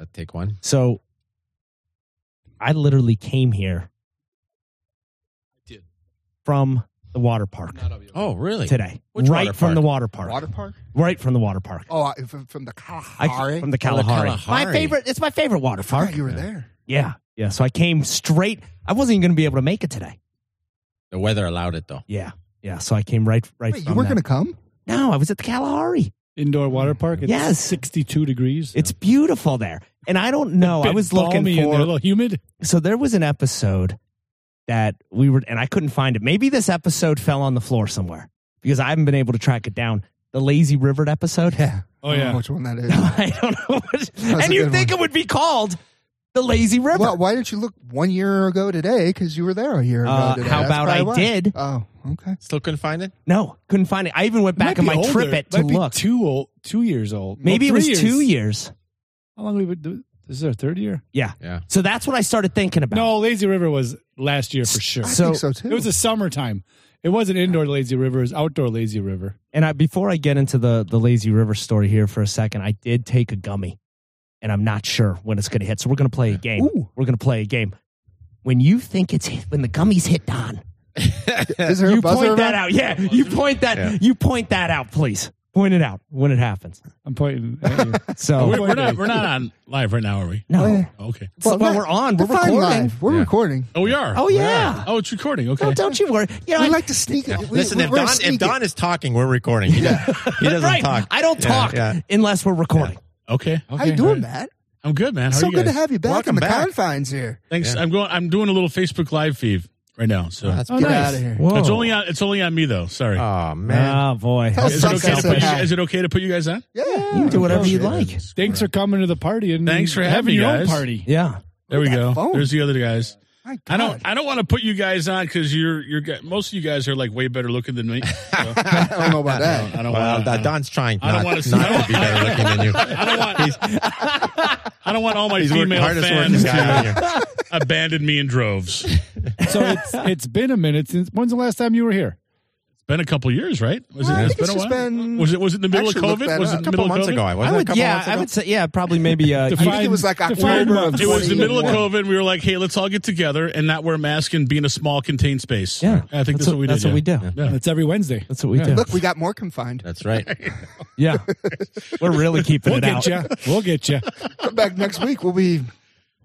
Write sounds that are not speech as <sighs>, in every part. I'll take one. So I literally came here did. from the water park Not obvious. Oh, really? today. Which right water from park? the water park. Water park? Right from the water park. Oh, I, from, from the I, Kalahari. from Oh, the the Kalahari. My Kalahari. favorite. It's my favorite water I park. thought you were there. Yeah. Yeah. So I came straight. I wasn't even going to be able to make it today. The weather allowed it though. Yeah. Yeah. So I came right right Wait, from you weren't that. going to come? No, I was at the Kalahari. Indoor water park. It's Yes. 62 degrees. It's beautiful there. And I don't know. I Bit was looking balmy in there, a for little humid. so there was an episode that we were and I couldn't find it. Maybe this episode fell on the floor somewhere because I haven't been able to track it down. The Lazy River episode. Oh I don't know yeah. which one that <laughs> is. I don't know. What, a and you good think one. it would be called the Lazy River? Well, why didn't you look one year ago today? Because you were there a year ago Uh, today. how That's about probably I why. did? Oh, okay. Mm-hmm. Still couldn't find it. no, couldn't find it. I even went back on my trip it It to might be look. Two old, two years old. Well, Maybe it three was two years. How long we would do? This is our third year. Yeah. Yeah. So that's what I started thinking about. No, Lazy River was last year for sure. I So- think so too. It was a summertime. It wasn't indoor lazy river. It was outdoor lazy river. And I, before I get into the the lazy river story here for a second, I did take a gummy, and I'm not sure when it's going to hit. So we're going to play a game. Ooh. We're going to play a game. When you think it's hit, when the gummies hit Don, is there a you buzzer point that around? out. Yeah, you point that. Yeah. You point that out, please. Point it out when it happens. I'm pointing <laughs> at you. Oh, So We're, we're not we're not on live right now, are we? no, Well, Okay. well, not- we're on. We're define recording. live. We're Yeah. recording. Oh, we are. Oh We yeah. are. Oh, it's recording. Okay. Don't, don't you worry. You know, We I- like to sneak it. We, Listen, we, if we're Don sneaky. if Don is talking, we're recording. He doesn't, he doesn't right. talk. I don't Yeah, talk yeah. unless we're recording. Okay. How you doing, Matt? I'm good, man. How so are you guys? good to have you back Welcome on the back. confines here. Thanks. I'm going. I'm doing a little Facebook live feed right now. So That's Oh, Get nice. out of here. Whoa. it's only on. It's only on me though. Sorry. Oh man. Oh boy. Tell is, it sucks I okay to said put you, hi. is it okay to put you guys on? Yeah. You can do whatever you like. Thanks for coming to the party and Thanks for having having your guys. own party. Yeah. There we Look at go. that phone. There's the other guys. My I God. don't. I don't want to put you guys on because you're. You're. g- Most of you guys are like way better looking than <laughs> me. So, I don't know about I that. don't Well, want. Don- to. Don's trying uh, I don't not, wanna- not to be better looking than you. I don't want. <laughs> I don't want all my He's working female hardest fans working guy to on here. abandon me in droves. <laughs> So it's it's been a minute since when's the last time you were here? been a couple years, right? Was I think been it's a just while? been- Was it was it in the middle of Actually, look COVID? that Was up. it in the A middle couple of months COVID? ago, I I wasn't. a would, couple yeah, months I ago? would say, yeah, probably maybe. Uh, I think it was like Define- October of It was the middle of 2021. COVID. We were like, hey, let's all get together and not wear a mask and be in a small contained space. yeah, I think that's, what we did. That's what we do. Yeah. That's every Wednesday. That's what we do. Look, we got more confined. That's right. Yeah, we're really keeping We'll it get out. you. We'll get you. Come back next week. We'll be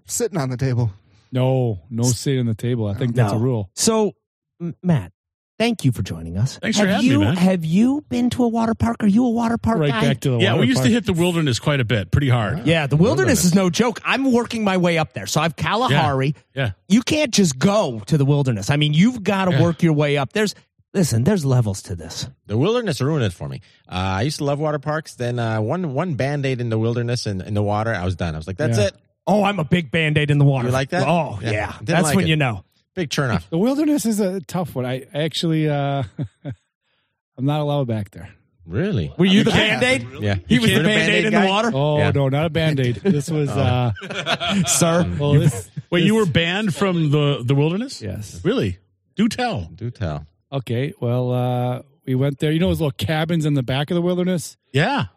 sitting on the table. No, no sitting on the table. I think that's No. a rule. So, M- Matt, thank you for joining us. Thanks for have having me, you, man. Have you been to a water park? Are you a water park Right guy? back to the Yeah, water we used to park. hit the wilderness quite a bit, pretty hard. yeah, the wilderness is no joke. I'm working my way up there, so I've Kalahari. Yeah. You can't just go to the wilderness. I mean, you've got to Yeah. work your way up. There's listen, there's levels to this. The wilderness ruined it for me. Uh, I used to love water parks. Then uh, one one band aid in the wilderness and in the water, I was done. I was like, that's Yeah. it. Oh, I'm a big band aid in the water. You like that? Oh, yeah. Yeah. Didn't That's like when it. you know. Big turn off. The wilderness is a tough one. I actually uh <laughs> I'm not allowed back there. Really? Were you the can't. band aid? Yeah. He was You're the band aid in guy? the water? Oh Yeah. no, not a <laughs> band aid. This was uh Oh. Sir, <laughs> well this Wait, this- you were banned from the, the wilderness? Yes. Really? Do tell. Do tell. <laughs> Okay. Well, uh, we went there. You know those little cabins in the back of the wilderness? Yeah.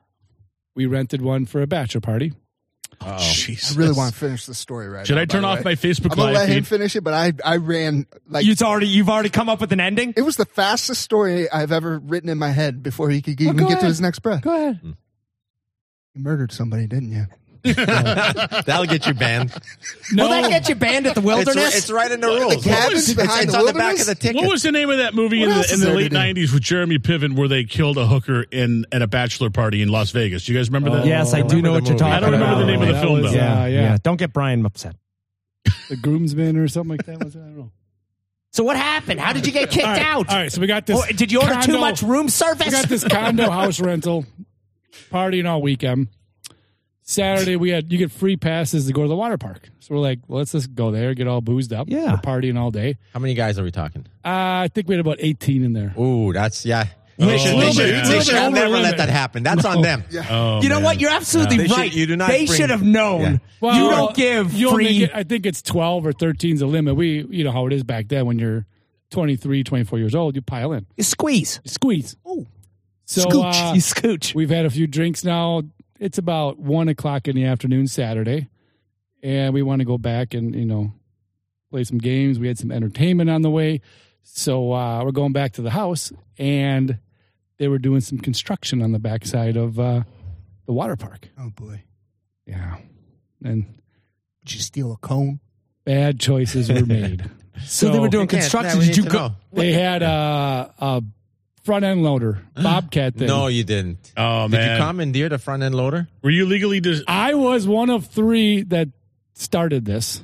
We rented one for a bachelor party. Jeez. I really want to finish the story right Should now, I turn by the off way. my Facebook I'm going to live let him feed? finish it, but I, I ran like. you've already you've already come up with an ending? it was the fastest story I've ever written in my head before he could even go get to ahead. his next breath. Go ahead. You murdered somebody, didn't you? That'll get you banned. Will that get you banned at the it's, wilderness? it's right in the rules. cabins It's- behind it's the on the back wilderness? of the ticket. What was the name of that movie in What the, else in is the there late to do? '90s with Jeremy Piven, where they killed a hooker in at a bachelor party in Las Vegas? Do you guys remember that? Oh. yes, I do know what Remember you're the talking movie. about. I don't remember the name of the That film, was, though. uh, Yeah, yeah, yeah. Don't get Brian upset. The groomsman or something like that. Was it? I don't know. So what happened? How did you get kicked All right, out? All right. So we got this. Oh, did you order too condo- much room We service? got this <laughs> condo house rental, partying all weekend. Saturday we had you get free passes to go to the water park. So we're like, well, let's just go there, get all boozed up. Yeah. We're partying all day. How many guys are we talking? Uh, I think we had about eighteen in there. Ooh, that's yeah. Oh, They should, they little should, bit- they little should bit have over never limit. let that happen. That's on them. Oh, you know man. what? You're absolutely They should- right. you do not they bring- should have known. Yeah. you don't give you only free. get- I think it's 12 or 13 is the limit. We, you know how it is back then when you're 23, 24 years old, you pile in, you squeeze. you squeeze. Oh, so scooch. uh, you scooch. we've had a few drinks now. It's about one o'clock in the afternoon Saturday. and we want to go back and you know play some games. We had some entertainment on the way, so uh, we're going back to the house, and they were doing some construction on the backside of uh, the water park. Oh boy. Yeah, and Did you steal a cone? bad choices were made. <laughs> So, they were doing Again, now construction. we Did you need to go? know. They had a, a front end <gasps> loader, Bobcat thing. No, you didn't. Oh Did man, you commandeer the front end loader? were you legally? Dis- I was one of three that started this.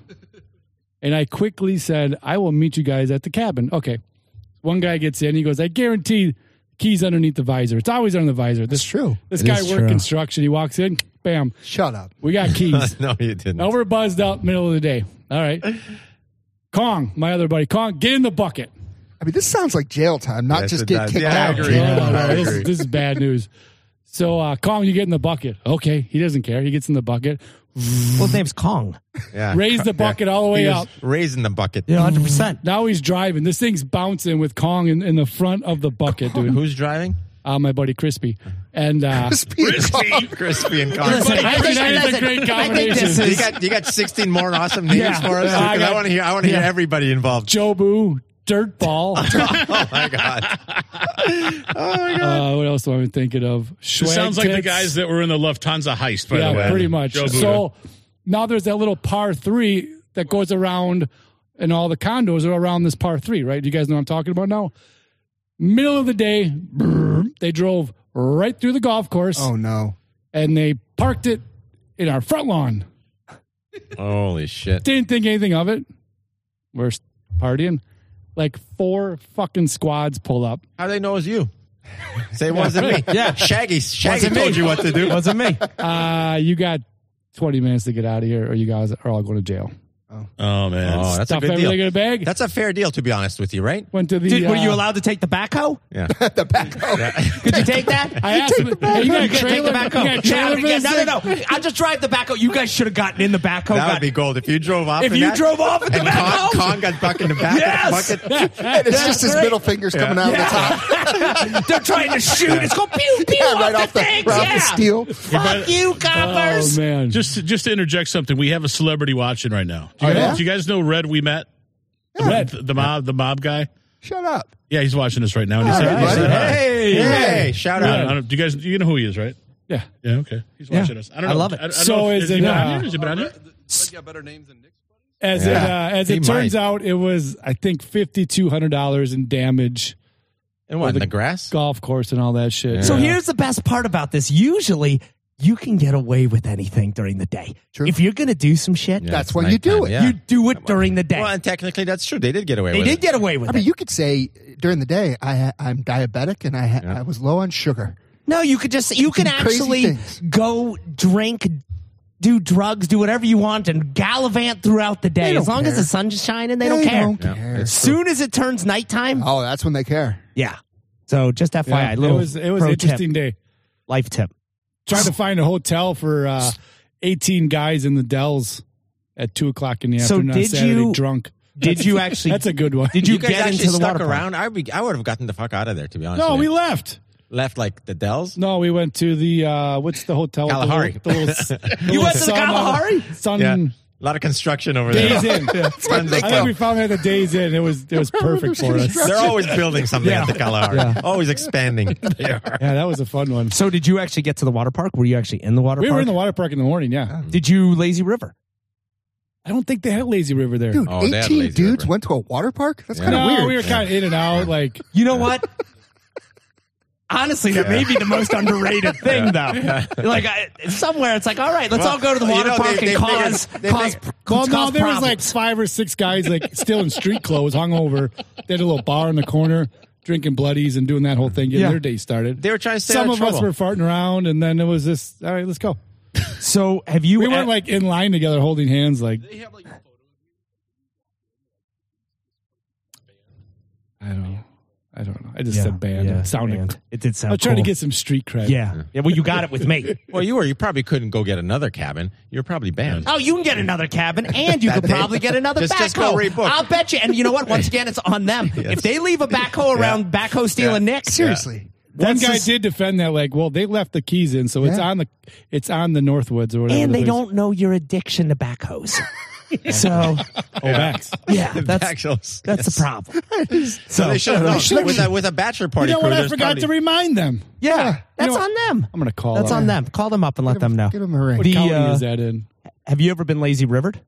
And I quickly said, I will meet you guys at the cabin. Okay. One guy gets in, he goes, I guarantee keys underneath the visor. It's always under the visor. This true. this It guy is worked true. construction. He walks in, bam, Shut up. we got <laughs> keys. no, you didn't. Now we're buzzed out middle of the day. All right. Kong, my other buddy, Kong, get in the bucket. I mean, this sounds like jail time, not Yes, just it get does. kicked Yeah, I out. agree. <laughs> Oh, no, no, I this, agree. this is bad news. So uh, Kong, you get in the bucket. Okay, he doesn't care. He gets in the bucket. Well, his name's Kong. Yeah. Raise the bucket all the way He was up. Raising the bucket. You know, hundred percent. Now he's driving. This thing's bouncing with Kong in, in the front of the bucket, dude. Who's driving? Uh, my buddy Crispy. And uh, Speed <laughs> cone. Crispy and Listen, Concord. I think that is a great I think this combination. you is. got you got 16 more awesome names Yeah. for us. Yeah, I 'Cause I, got- want to hear I want to hear yeah. everybody involved. <laughs> Jobu, Dirtball. Oh my god. oh my god. Uh, what else am I thinking of? It Swag sounds like the tits. guys that were in the Lufthansa heist, by yeah, the way. pretty much. Joe Buda. so now there's that little par three that goes around, and all the condos are around this par three, right? Do you guys know what I'm talking about now? Middle of the day, brrr, they drove right through the golf course Oh no. and they parked it in our front lawn. Holy shit. Didn't think anything of it. We're s- partying. Like four fucking squads pull up. How they know it's you? Say it wasn't me. Yeah. Shaggy Shaggy Wasn't me. told you what to do. Wasn't <laughs> me. Uh, you got 20 minutes to get out of here, or you guys are all going to jail. oh man, Oh, that's a Stuff good everything deal. in a bag. That's a fair deal to be honest with you, right? Went to the. Did, were you uh, allowed to take the backhoe? <laughs> Yeah. the back. <laughs> Could you take that? I asked him, hey, you got a You gotta take trailer? the You backhoe. got a Yeah, trailer for yeah, this? no, no, no. I'll just drive the backhoe. You guys should have gotten in the backhoe. that got- would be gold if you drove off. if in you that, drove off in the and Con, backhoe. Con got buck in the back Yes! of the bucket. And it's just his right. middle fingers coming out of the top. <laughs> They're trying to shoot. It's going pew pew Yeah, off right the off the, things. right off yeah. the steel. Fuck you, Oh, coppers. man. just to, just to interject something, we have a celebrity watching right now. Do you, Oh, guys, yeah? do you guys know Red? We met Red, the, the mob, the mob guy. Shut up. Yeah, he's watching us right now. And he All said, right, he buddy. said hi. Hey, hey, shout I don't, out. I don't- do you guys, you know who he is, right? yeah. Yeah, okay. He's Yeah. watching us. I don't I know. love it. I, I don't So know if- is he it, been on uh, here? Has he been <laughs> on here? Red got better names than Nick's buddies? As Yeah. it, uh, as He it turns might. out, it was, I think, $5,200 in damage. And what in the- the grass? golf course and all that shit. Yeah. So Yeah. here's the best part about this. Usually, you can get away with anything during the day. True. If you're going to do some shit, Yeah, That's it's when you do nighttime, it. yeah. you do it during the day. Well, and technically that's true. They did get away they with did it. get away with I mean, it. you could say during the day, I I'm diabetic and I Yeah. I was low on sugar. no, you could just you can do crazy actually things. go drink. Do drugs, do whatever you want, and gallivant throughout the day. They As don't long as care. the sun's shining, they, don't care. don't Yeah, care. it's true. Soon as it turns nighttime, Oh, that's when they care. yeah. So just FYI, Yeah, it little was it was pro an interesting tip, day. life tip. Trying to find a hotel for uh, eighteen guys in the Dells at two o'clock in the So afternoon. did on Saturday, you- drunk? Did you actually? That's a good one. Did you, You guys get actually into the stuck water park? around. I would, I would have gotten the fuck out of there to be honest. <laughs> No, with we you. left. left like the Dells. No, we went to the uh, what's the hotel? Kalahari. The little, the little, the You little went to the sun on- Kalahari? Sun Yeah, a lot of construction over days <laughs> there. in. Tons of I think stuff. <laughs> we found it at the days in. It was it was perfect for us. They're always building something at the Kalahari. Always expanding. Yeah, that was a fun one. So did you actually get to the water park? Were you actually in the water We park? were in the water park in the morning. Yeah, Did you lazy river? I don't think they had Lazy River there. Dude, Oh, they had 18 lazy dudes river. went to a water park? That's Yeah. kind no, of weird. we were kind of in and out. Like You know what? <laughs> Honestly, that may be the most underrated thing, though. Like I, somewhere, it's like, all right, let's Well, all go to the you water know, they- park they and figured- cause they cause, figured- Well, cause no, there was like problems. five or six guys like still in street clothes, hungover. They had a little bar in the corner, drinking bloodies and doing that whole thing. Getting Yeah. their day <laughs> started. They were trying to stay Some out of of us trouble. were farting around, and then it was just all right. Let's go. So have you? We weren't like in line together, holding hands. Like They have like a photo. I don't, know. I don't know. I just Yeah, said band. yeah, it sounded. band. It did sound. I was trying cool. to get some street cred. Yeah. Yeah. Well, you got it with me. Well, you were. You probably couldn't go get another cabin. You're probably banned. <laughs> Oh, you can get another cabin, <laughs> and you could That- probably get another Just- backhoe. just go rebook. <laughs> I'll bet you. And you know what? Once again, it's on them. If they leave a backhoe around, backhoe stealing Nick, Seriously. One that's guy <laughs> just- did defend that, like, well, they left the keys in, so it's Yeah. on the it's on the Northwoods or whatever. and they the place- don't know your addiction <laughs> to backhoes. <laughs> so Oh, Max. <laughs> yeah, that's Backhoes. Yes. that's the problem. <laughs> So they should have They should've- known. With a, with a bachelor You party know crew, what? I there's forgot probably- to remind them. Yeah, that's know- on them. I'm gonna call. That's them. on them. Call them up and let them know. Give him a ring. What The, county uh, is that in? Have you ever been lazy rivered?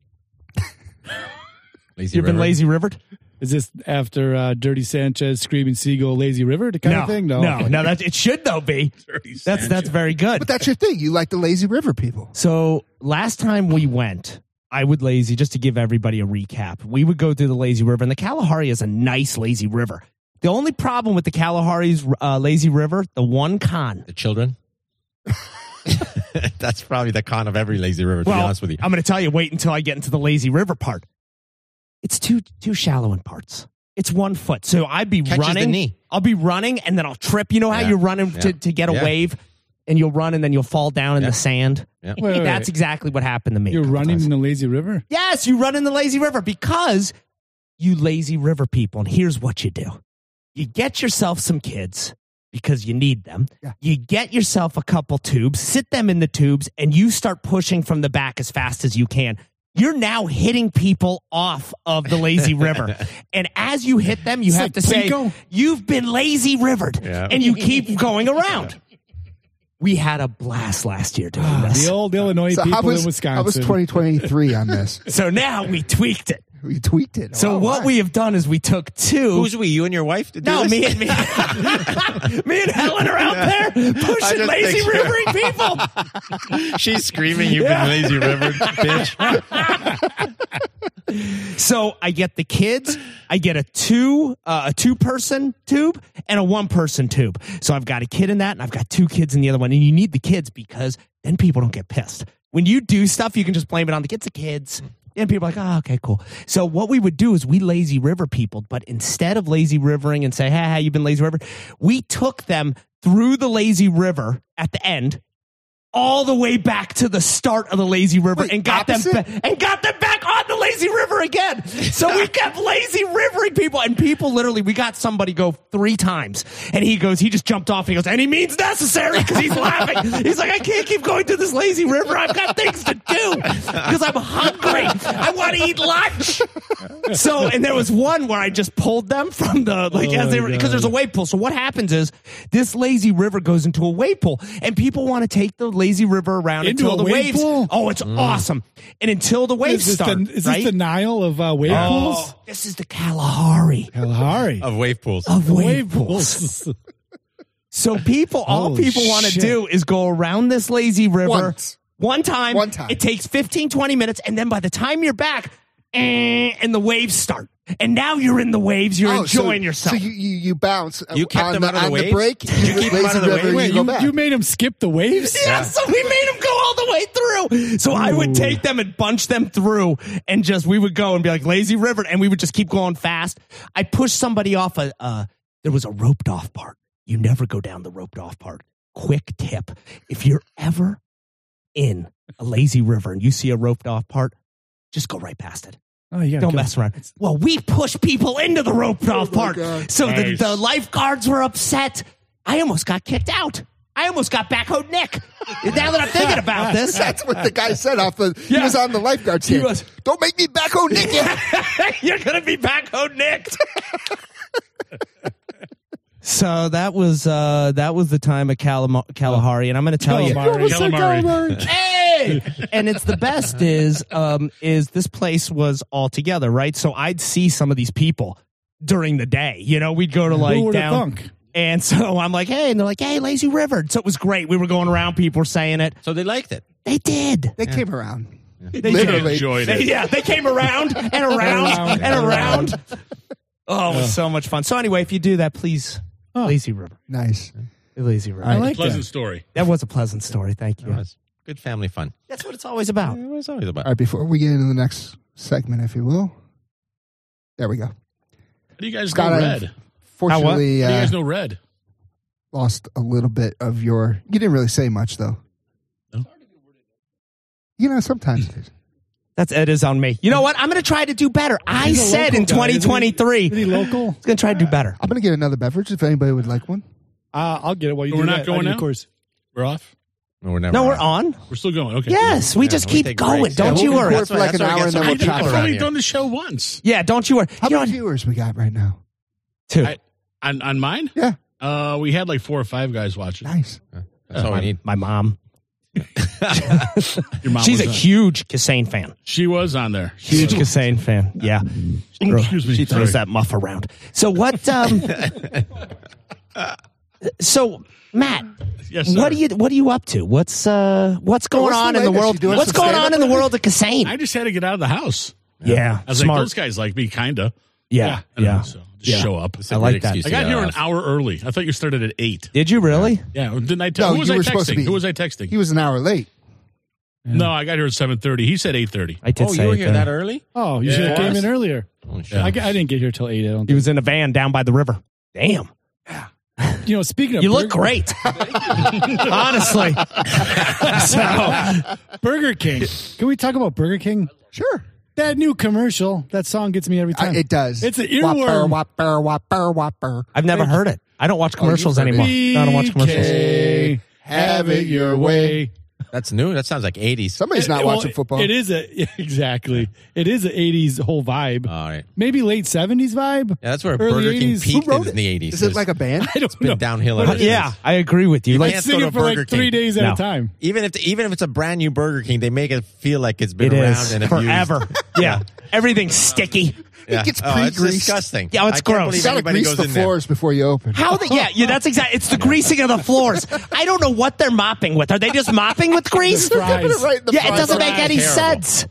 Lazy You've been River. lazy rivered? Is this after uh, Dirty Sanchez, Screaming Seagull, Lazy River, the kind of thing? no, no. Okay. That it should though be. That's that's very good. But that's your thing. You like the lazy <laughs> river people. So last time we went, I would lazy just to give everybody a recap. We would go through the lazy river, and the Kalahari is a nice lazy river. The only problem with the Kalahari's uh, lazy river, the one con. The children. <laughs> that's probably the con of every lazy river. To be honest with you, I'm going to tell you. Wait until I get into the lazy river part. It's too too shallow in parts. It's one foot, so I'd be Catches the running. knee. I'll be running, and then I'll trip. You know how Yeah. you're running to, Yeah. to get a Yeah. wave, and you'll run, and then you'll fall down in Yeah. the sand. Yeah. Wait, wait, That's wait. exactly what happened to me. a You're couple running times. in the Lazy River. Yes, you run in the lazy river because you lazy river people. And here's what you do you get yourself some kids because you need them. Yeah. You get yourself a couple tubes, sit them in the tubes, and you start pushing from the back as fast as you can. You're now hitting people off of the <laughs> lazy river. and as you hit them, you It's have like to say, Plinko. You've been lazy rivered. Yeah. And you keep going <laughs> around. We had a blast last year doing this. Ah, The old Illinois So I people was, in Wisconsin. I was 2023 on this. <laughs> so now we tweaked it. We tweaked it. So Oh, what why? we have done is we took two. Who's we? You and your wife? did no, this? me <laughs> and me, me <laughs> and Helen are out there I pushing just lazy picture- rivering people. <laughs> She's screaming. You've Yeah. been lazy river, <laughs> bitch. So I get the kids, I get a two uh, a two person tube and a one person tube. So I've got a kid in that, and I've got two kids in the other one. And you need the kids because then people don't get pissed when you do stuff. You can just blame it on the kids. The kids. And people are like, oh, okay, cool. So what we would do is we lazy river people, but instead of lazy rivering and say, ha, ha, you've been lazy river, we took them through the lazy river at the end all the way back to the start of the lazy river Wait, and got them opposite? ba- and got them back on the lazy river again. So <laughs> we kept lazy rivering people and people literally we got somebody go three times and he goes he just jumped off and he goes and he means necessary cuz he's laughing. He's like I can't keep going through this lazy river. I've got things to do cuz I'm hungry. I want to eat lunch. So and there was one where I just pulled them from the like Oh, as they were because there's a wave pool. So what happens is this lazy river goes into a wave pool, and people want to take the lazy river around Into until a the wave waves. pool? Oh, it's awesome! And until the waves Mm. Is this, start, the, is right? this the Nile of uh, wave pools? Oh, this is the Kalahari Kalahari. Of wave pools. of wave, pools. pools. <laughs> So people, all Holy people want to Oh, shit. do is go around this lazy river Once. one time. One time. It takes 15, 20 minutes. And then by the time you're back, eh, and the waves start. And now you're in the waves. You're Oh, so- enjoying yourself. So you, you, you bounce. uh, You kept on them out of the on waves? break. Did you keep them lazy out of the river, waves? you Wait, go you, back. you made him skip the waves? <laughs> yeah, so we made them go all the way through. So I would take them and bunch them through, and just we would go and be like lazy river, and we would just keep going fast. I pushed somebody off a. Uh, there was a roped off part. You never go down the roped off part. Quick tip: if you're ever in a lazy river and you see a roped off part, just go right past it. Oh, you gotta Don't go. mess around. Well, we pushed people into the roped off part. God. So the, Nice. the lifeguards were upset. I almost got kicked out. I almost got backhoed Nick. now that I'm thinking <laughs> about this. That's what the guy said off the. He Yeah. was on the lifeguard team. was- Don't make me back on Nick. <laughs> You're gonna be backhoed Nick. <laughs> so that was uh that was the time of Kalama- Kalahari, and I'm gonna tell you Calamari. Almost said Calamari. <laughs> calamari. hey <laughs> and it's the best is um is this place was all together right so i'd see some of these people during the day you know we'd go to like Who would have down thunk? and so <laughs> i'm like hey and they're like hey lazy river so it was great we were going around people were saying it So they liked it. they did They came around. they They Literally. enjoyed They- it. yeah they came around and around Around, and around. around oh it was so much fun so anyway if you do that please lazy river Nice. lazy river I like Pleasant that. story. that was a pleasant story thank you It was good family fun. that's what it's always about It was always about. All right. Before we get into the next segment, if you will, there we go. How do you guys Scott, know I'm- red? Fortunately, How do you uh, guys know red? lost a little bit of your. You didn't really say much though. No. You know, sometimes it is. That's it is on me. You know what? I'm going to try to do better. I He's a said local in guy, isn't he? 2023, Is he I'm local? going to try to do better. I'm gonna get another beverage if anybody would like one. Uh, I'll get it while you So do we're not that. going I do, now? Of course. We're off. No, we're never. No, we're on. on. We're still going. Okay. Yes, we Yeah, just we keep take going. breaks. Don't Yeah, you we'll worry. record for like an hour and then we'll I've chop it I've around only here. done the show once. Yeah, don't you worry. How You're many on viewers we got right now? two. I- On on mine? Yeah. Uh, we had like four or five guys watching. Nice. That's all we need. My mom. Your mom She's a was on. huge Cassane fan. She was on there. Huge Cassane fan. Yeah. Oh, excuse me. She throws Sorry. that muff around. So what? Um, so Matt, Yes, sir. what are you what are you up to? What's uh what's going what's the on in the latest? world? You doing What's some going on in stand-up the world of Cassane? I just had to get out of the house. yeah, I was like, smart. those guys like me, kinda. yeah, I don't yeah. know, so just Yeah. show up. a I good like that. excuse I to got get here out. an hour early. I thought you started at eight. Did you really? Yeah, didn't I tell? No, who was you I were supposed to texting? be- Who was I texting? He was an hour late. no, I got here at seven thirty. He said eight thirty. I did Oh, say you were it here then. that early? Oh, you should have Yeah. came in earlier. Holy shit. I, g- I didn't get here till eight. I don't. He Think. was in a van down by the river. Damn, You know, speaking of you look <laughs> Burger- great. <laughs> Honestly, <laughs> so, Burger King. Can we talk about Burger King? Sure. That new commercial. That song gets me every I, time. it does. It's an Whopper, earworm. whopper, whopper, whopper. I've never heard it. I don't watch commercials heard it. anymore. No, I don't watch commercials. BK, have it your way. That's new. That sounds like 80s. Somebody's not It- well, watching football. It is a <laughs> exactly. It is an '80s whole vibe. all right. Maybe late '70s vibe. Uh, Yeah, that's where Early Burger King 80s. peaked Who wrote in the 80s. Is it like a band? <laughs> I don't been know. downhill But ever it- Yeah, I agree with you. I Like, can't sing go it to for Burger like three King. days at No. a time. even if even if it's a brand new Burger King, they make it feel like it's been it around is and abused. forever. <laughs> yeah, everything's sticky. Yeah. gets oh, it's pre-greased. disgusting. Yeah, it's I can't gross. believe You gotta anybody grease goes the in there. floors before you open. How the yeah, yeah, that's exactly it's the greasing of the floors. I don't know what they're mopping with. Are they just mopping with grease? They're dipping it right in the yeah, it fries. doesn't make any Terrible. sense.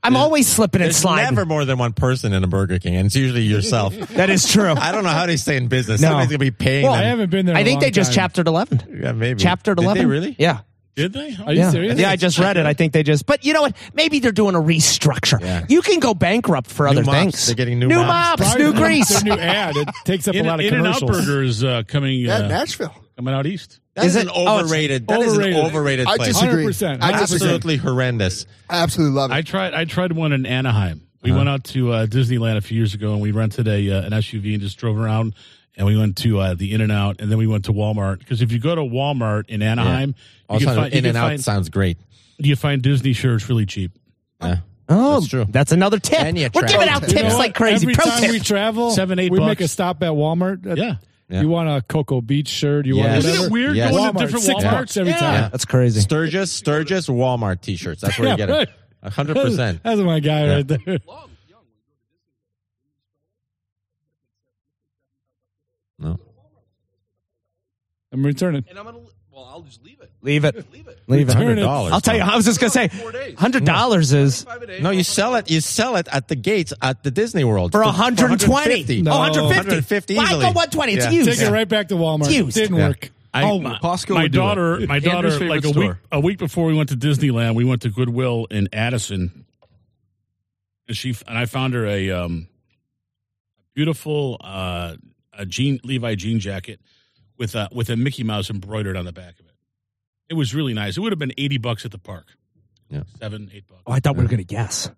I'm always slipping and There's sliding. <laughs> never more than one person in a Burger King, and it's usually yourself. <laughs> that is true. I don't know how they stay in business. No. Somebody's gonna be paying Well, I them. haven't been there. in I a think long they just time. chaptered eleven. yeah, maybe Chapter Did eleven. they really? Yeah. Did they? Oh. Are you Yeah. serious? yeah, I just read it. I think they just, but you know what? Maybe they're doing a restructure. Yeah. You can go bankrupt for other mops. things. They're getting new mops. mops, Probably new <laughs> because grease. Their new ad. It takes up <laughs> In, a lot of in and Out commercials. Burger is uh, coming Yeah, uh, Nashville. coming out east. That is Is an it- oh, it's overrated. That is overrated. an overrated I place. disagree. 100%. I disagree. Absolutely horrendous. I absolutely love it. I tried. I tried one in Anaheim. We went out to uh, Disneyland a few years ago, and we rented a uh, an SUV and just drove around. And we went to uh, the In and Out, and then we went to Walmart because if you go to Walmart in Anaheim, All you, of a can sudden, find, you, in can and out find, sounds great. you find Disney shirts really cheap. Yeah. Oh, That's true. That's another tip. And you We're travel. giving out You know tips You know like what? crazy. Every Pro time tip. we travel, Seven, eight we bucks. make a stop at Walmart. Uh, Yeah. Yeah. You want a Cocoa Beach shirt? You want Yes. whatever? Isn't it weird Yes. going Walmart, to different six Walmarts bucks every Yeah. time. That's crazy. Sturgis, Sturgis, Walmart T-shirts. That's where you Yeah, get <laughs> it. right. A hundred percent. That's my guy Yeah. right <laughs> there. Long, young. when you go to Disney. No. I'm returning. And I'm gonna. li- Well, I'll just leave it. Leave it. Leave it. Leave it. Turn it. $100. I'll tell you. I was just gonna say, Four days. hundred dollars is Five a day. No, you I'll- sell it. You sell it at the gates at the Disney World for For hundred and twenty. 150. No. Oh, 150. 150 Why easily. go one twenty? It's Yeah. used. Take it right back to Walmart. It's used. Didn't Yeah. work. I, Oh, my, Costco my would do <laughs> daughter, it. my daughter, Andrew's like favorite a week store. a week before we went to Disneyland, we went to Goodwill in Addison, and she and I found her a um, beautiful uh, a jean Levi jean jacket with a with a Mickey Mouse embroidered on the back of it. It was really nice. It would have been eighty bucks at the park. Yeah. seven, eight bucks. Oh, I thought we were gonna guess.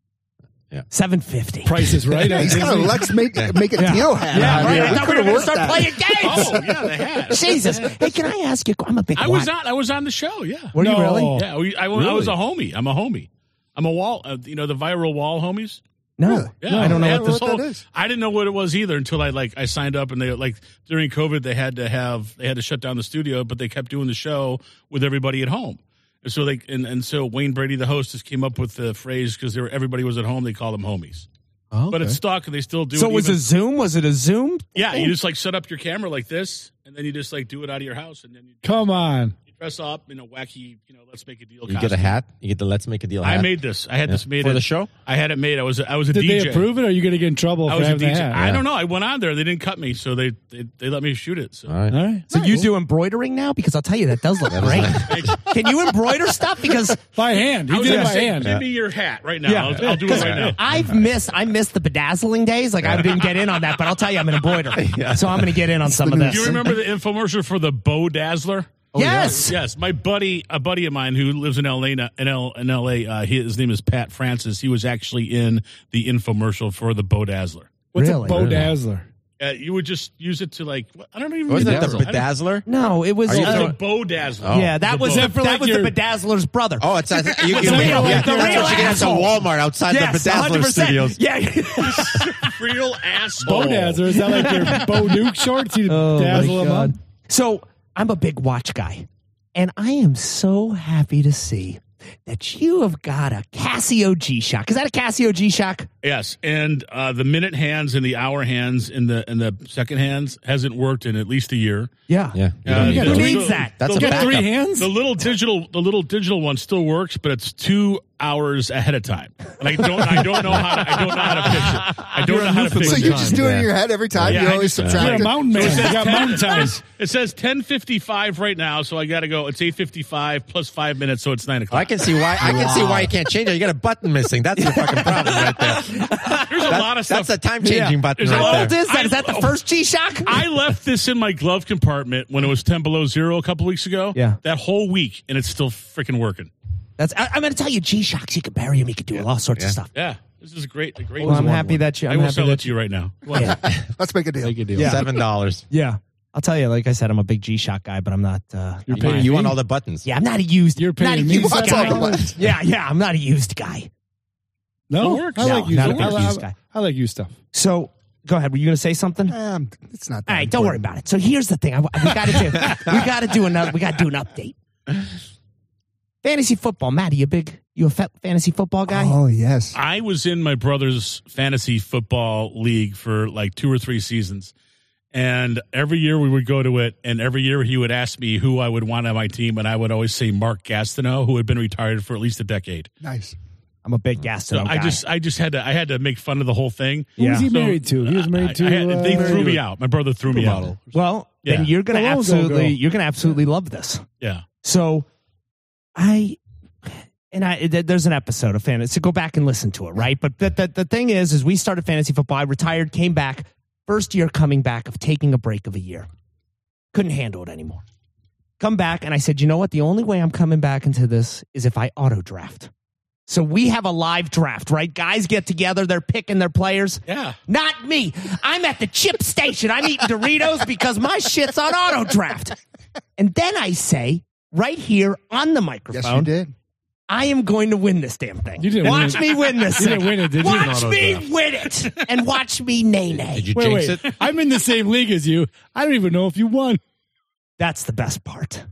Yeah. Seven fifty. Price is right. <laughs> He's got a Lex make, make a deal hat. Yeah, on right. here. I We thought we were could've gonna worked start that. playing games. <laughs> Oh yeah, they <laughs> had. Jesus. Hey, can I ask you? I'm a big. I was wine- on. I was on the show. Yeah. Were No. you really? Yeah. We, I, I was a homie. I'm a homie. I'm a wall. Uh, you know the viral wall homies. No. Yeah, No, I don't know they what had this this what that whole- is. I didn't know what it was either until I like I signed up and they like during COVID they had to have they had to shut down the studio, but they kept doing the show with everybody at home. And so they and, and so Wayne Brady, the host, just came up with the phrase because they were everybody was at home. They called them homies, but it's stuck and they still do. So it it was even- a Zoom? Was it a Zoom? yeah. You just like set up your camera like this, and then you just like do it out of your house, and then you Come on. dress up in a wacky, you know, let's make a deal. You get a costume. hat. You get the Let's Make a Deal. I hat. made this. I had this made For at- the show? I had it made. I was I was a Did DJ. they approve it? or Are you going to get in trouble I for was a having DJ. that? I don't know. I went on there. They didn't cut me, so they they, they let me shoot it. So All right. All right. So you do embroidering now? Because I'll tell you, that does look great. <laughs> Can you embroider stuff? Because By hand. He I was did it gonna by say, hand. give me your hat right now. Yeah. I'll, I'll do it <laughs> right now. I've missed I missed the bedazzling days. Like I didn't get in on that, but I'll tell you, I'm an embroider, so I'm going to get in on some of this. Do you remember the infomercial for the Bow Dazzler? Oh, yes, Yes, my buddy, a buddy of mine who lives in LA, now- in, L, in LA, uh, his name is Pat Francis. He was actually in the infomercial for the Bow Dazzler. What's Really? a Bo Dazzler? Uh, you would just use it to like I don't even. Wasn't it the remember. I don't- bedazzler? No, it was. Are you It uh, was a bow dazzler. Oh. yeah, that The was bow. that, was the bedazzler's brother. Oh, it's, it's you The can, real- yeah, the that's real what you get at the asshole. Walmart outside yes, the Bedazzler 100%. Studios. <laughs> Yeah. real asshole. Bodazzer. Is that like your Bo Duke shorts? You Oh, dazzle my them up. God. So I'm a big watch guy, and I am so happy to see that you have got a Casio G Shock. Is that a Casio G Shock? Yes, and uh, the minute hands and the hour hands and the and the second hands hasn't worked in at least a year. Yeah. Yeah. Uh, You don't the need Who those. needs little- that? That's the a little- backup. Three hands. The little digital, the little digital one still works, but it's two hours ahead of time. And I don't, I don't know how to, I don't know how to fix it. I don't know how to fix So it. you just do it Yeah. in your head every time. Yeah, you I always just- yeah. You're subtract a it. mountain man. You got mountain time. It says ten fifty five right now, so I got to go. It's eight fifty five plus five minutes, so it's nine I o'clock. can see why. I can see why you can't change it. You got a button missing. That's the fucking problem right there. There's <laughs> a lot of stuff. That's a time changing Yeah. button There's a right lot- What there. is that? Is that the first G Shock? I left this in my glove compartment when it was ten below zero a couple weeks ago. Yeah. that whole week, and it's still freaking working. That's. I, I'm going to tell you, G Shocks. You can bury them. You can do all sorts of stuff. Yeah, this is a great, a great. Well, I'm happy that you. I I'm will happy sell that it to you right now. Yeah. Let's make a deal. Make a deal. Yeah. Seven dollars. yeah. I'll tell you. Like I said, I'm a big G Shock guy, but I'm not. Uh, You're I'm paying not- You me? want all the buttons? yeah, I'm not a used. You're not a paying me used What's all the guy. buttons? Yeah, yeah. I'm not a used guy. No, It works. I like No, you. not a stuff. big I, used I- guy. I like you stuff. So go ahead. Were you going to say something? Um, it's not. That All right, don't worry important. about it. So here's the thing: I, we got to do, we got to do another, we got to do an update. Fantasy football, Matt. Are you a big, you a fa- fantasy football guy? Oh yes. I was in my brother's fantasy football league for like two or three seasons. And every year we would go to it, and every year he would ask me who I would want on my team, and I would always say Mark Gastineau, who had been retired for at least a decade. Nice. I'm a big Gaston So guy. I just, I just had to, I had to make fun of the whole thing. Who was he So, married to? He was married I- to. I had- they uh, threw me out. My brother threw me out. Supermodel. well, then Yeah. you're gonna Hello, absolutely, girl. you're gonna absolutely love this. Yeah, So, I and I th- there's an episode of fantasy. So go back and listen to it, right? But the, the the thing is, is we started fantasy football. I retired, came back, first year coming back of taking a break of a year, couldn't handle it anymore. Come back, and I said, you know what? The only way I'm coming back into this is if I auto draft. So we have a live draft, right? Guys get together, they're picking their players. yeah. Not me. I'm at the chip station. I'm eating Doritos because my shit's on auto draft. And then I say, right here on the microphone, Yes, you did. I am going to win this damn thing. You didn't watch win me it. win this You thing. didn't win it, did you? watch Auto me draft. win it. And watch me nay nay. Did you Wait, jinx wait. it? I'm in the same league as you. I don't even know if you won. That's the best part.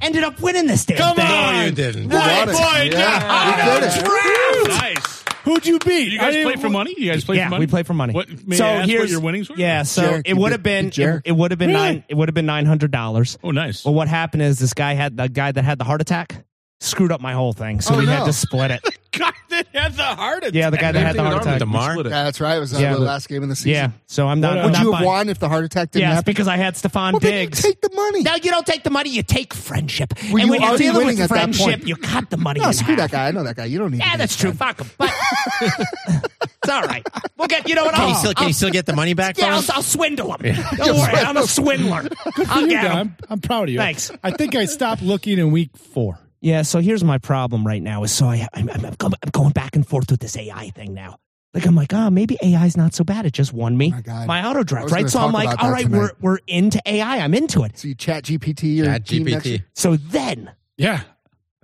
Ended up winning this damn thing. No, you didn't. Got What? it. boy, yeah. You did it. Draft! Nice. Who'd you beat? You I guys didn't play even- for money? You guys play yeah, for money? we play for money. What, may I ask what your winnings were? Yeah, so Jer, it you would did- have been did Jer? it, it would have been Really? nine it would have been nine hundred dollars. Oh, nice. <laughs> Well, what happened is this guy had the guy that had the heart attack screwed up my whole thing, so Oh, we had no. to split it. God, that had the heart attack. Yeah, the guy that had the heart attack. Damar? Split it. Yeah, that's right. It was uh, Yeah, the but- last game of the season. Yeah, so I'm not. What, uh, I'm Would not you have buying- won if the heart attack didn't Yes, happen? because I had Stefan Well, then you Diggs. take the money. Now you don't take the money; you take friendship. Were and you when you're already dealing winning with at that point? friendship, you cut the money. no, in screw half. that guy. I know that guy. You don't need. Yeah, to that's true. Fuck him. <laughs> But it's all right. We'll get. You know what? Can I'll, you still can I'll, you still get the money back? yeah, from I'll, him? I'll swindle him. Don't worry, I'm a swindler. I'll You get got- him. I'm, I'm proud of you. Thanks. I think I stopped looking in week four. Yeah. So here's my problem right now is so I I'm, I'm, I'm go- I'm going back and forth with this AI thing now. Like I'm like, oh, maybe AI's not so bad. It just won me Oh my God. my auto I draft, was right? gonna So I'm talk like, about all that right, tonight. we're we're into AI. I'm into it. So you chat GPT or Chat team next- GPT. So then Yeah.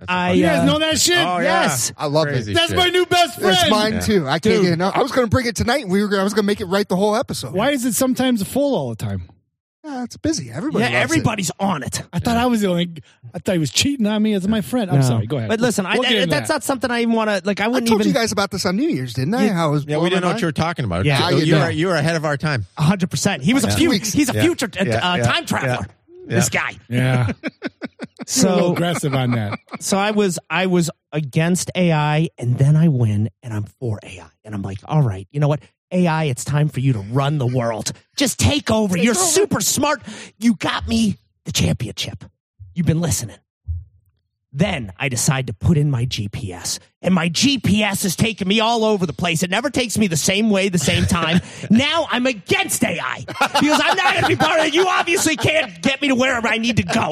I You guys uh, know that shit? Oh, yeah. yes, I love Crazy it. That's shit. my new best friend. That's mine Yeah. too. I can't Dude. get enough. I was going to bring it tonight. We were. gonna- I was going to make it right the whole episode. Why is it sometimes full all the time? Ah, it's busy. Everybody. yeah, loves it. everybody's on it. I thought I was the only. I thought he was cheating on me as my friend. I'm No. sorry. Go ahead. But listen, I, We'll get I, into that's that. not something I even want to like. I I wouldn't told even you guys about this on New Year's, didn't I? How it was Yeah, we didn't know what you were talking about. Yeah. you, Yeah, you were know. you were ahead of our time. 100. percent He was a Yeah. few. Two weeks. He's a Yeah. future uh, Yeah. uh, Yeah. time traveler. Yeah. This guy. Yeah. You're <laughs> a little So aggressive on that. so I was I was against AI and then I win and I'm for AI and I'm like, all right, you know what? AI, it's time for you to run the world. Just take over. You're super smart. You got me the championship. You've been listening. Then I decide to put in my GPS, and my GPS is taking me all over the place. It never takes me the same way, the same time. now I'm against AI because I'm not going to be part of it. You obviously can't get me to wherever I need to go.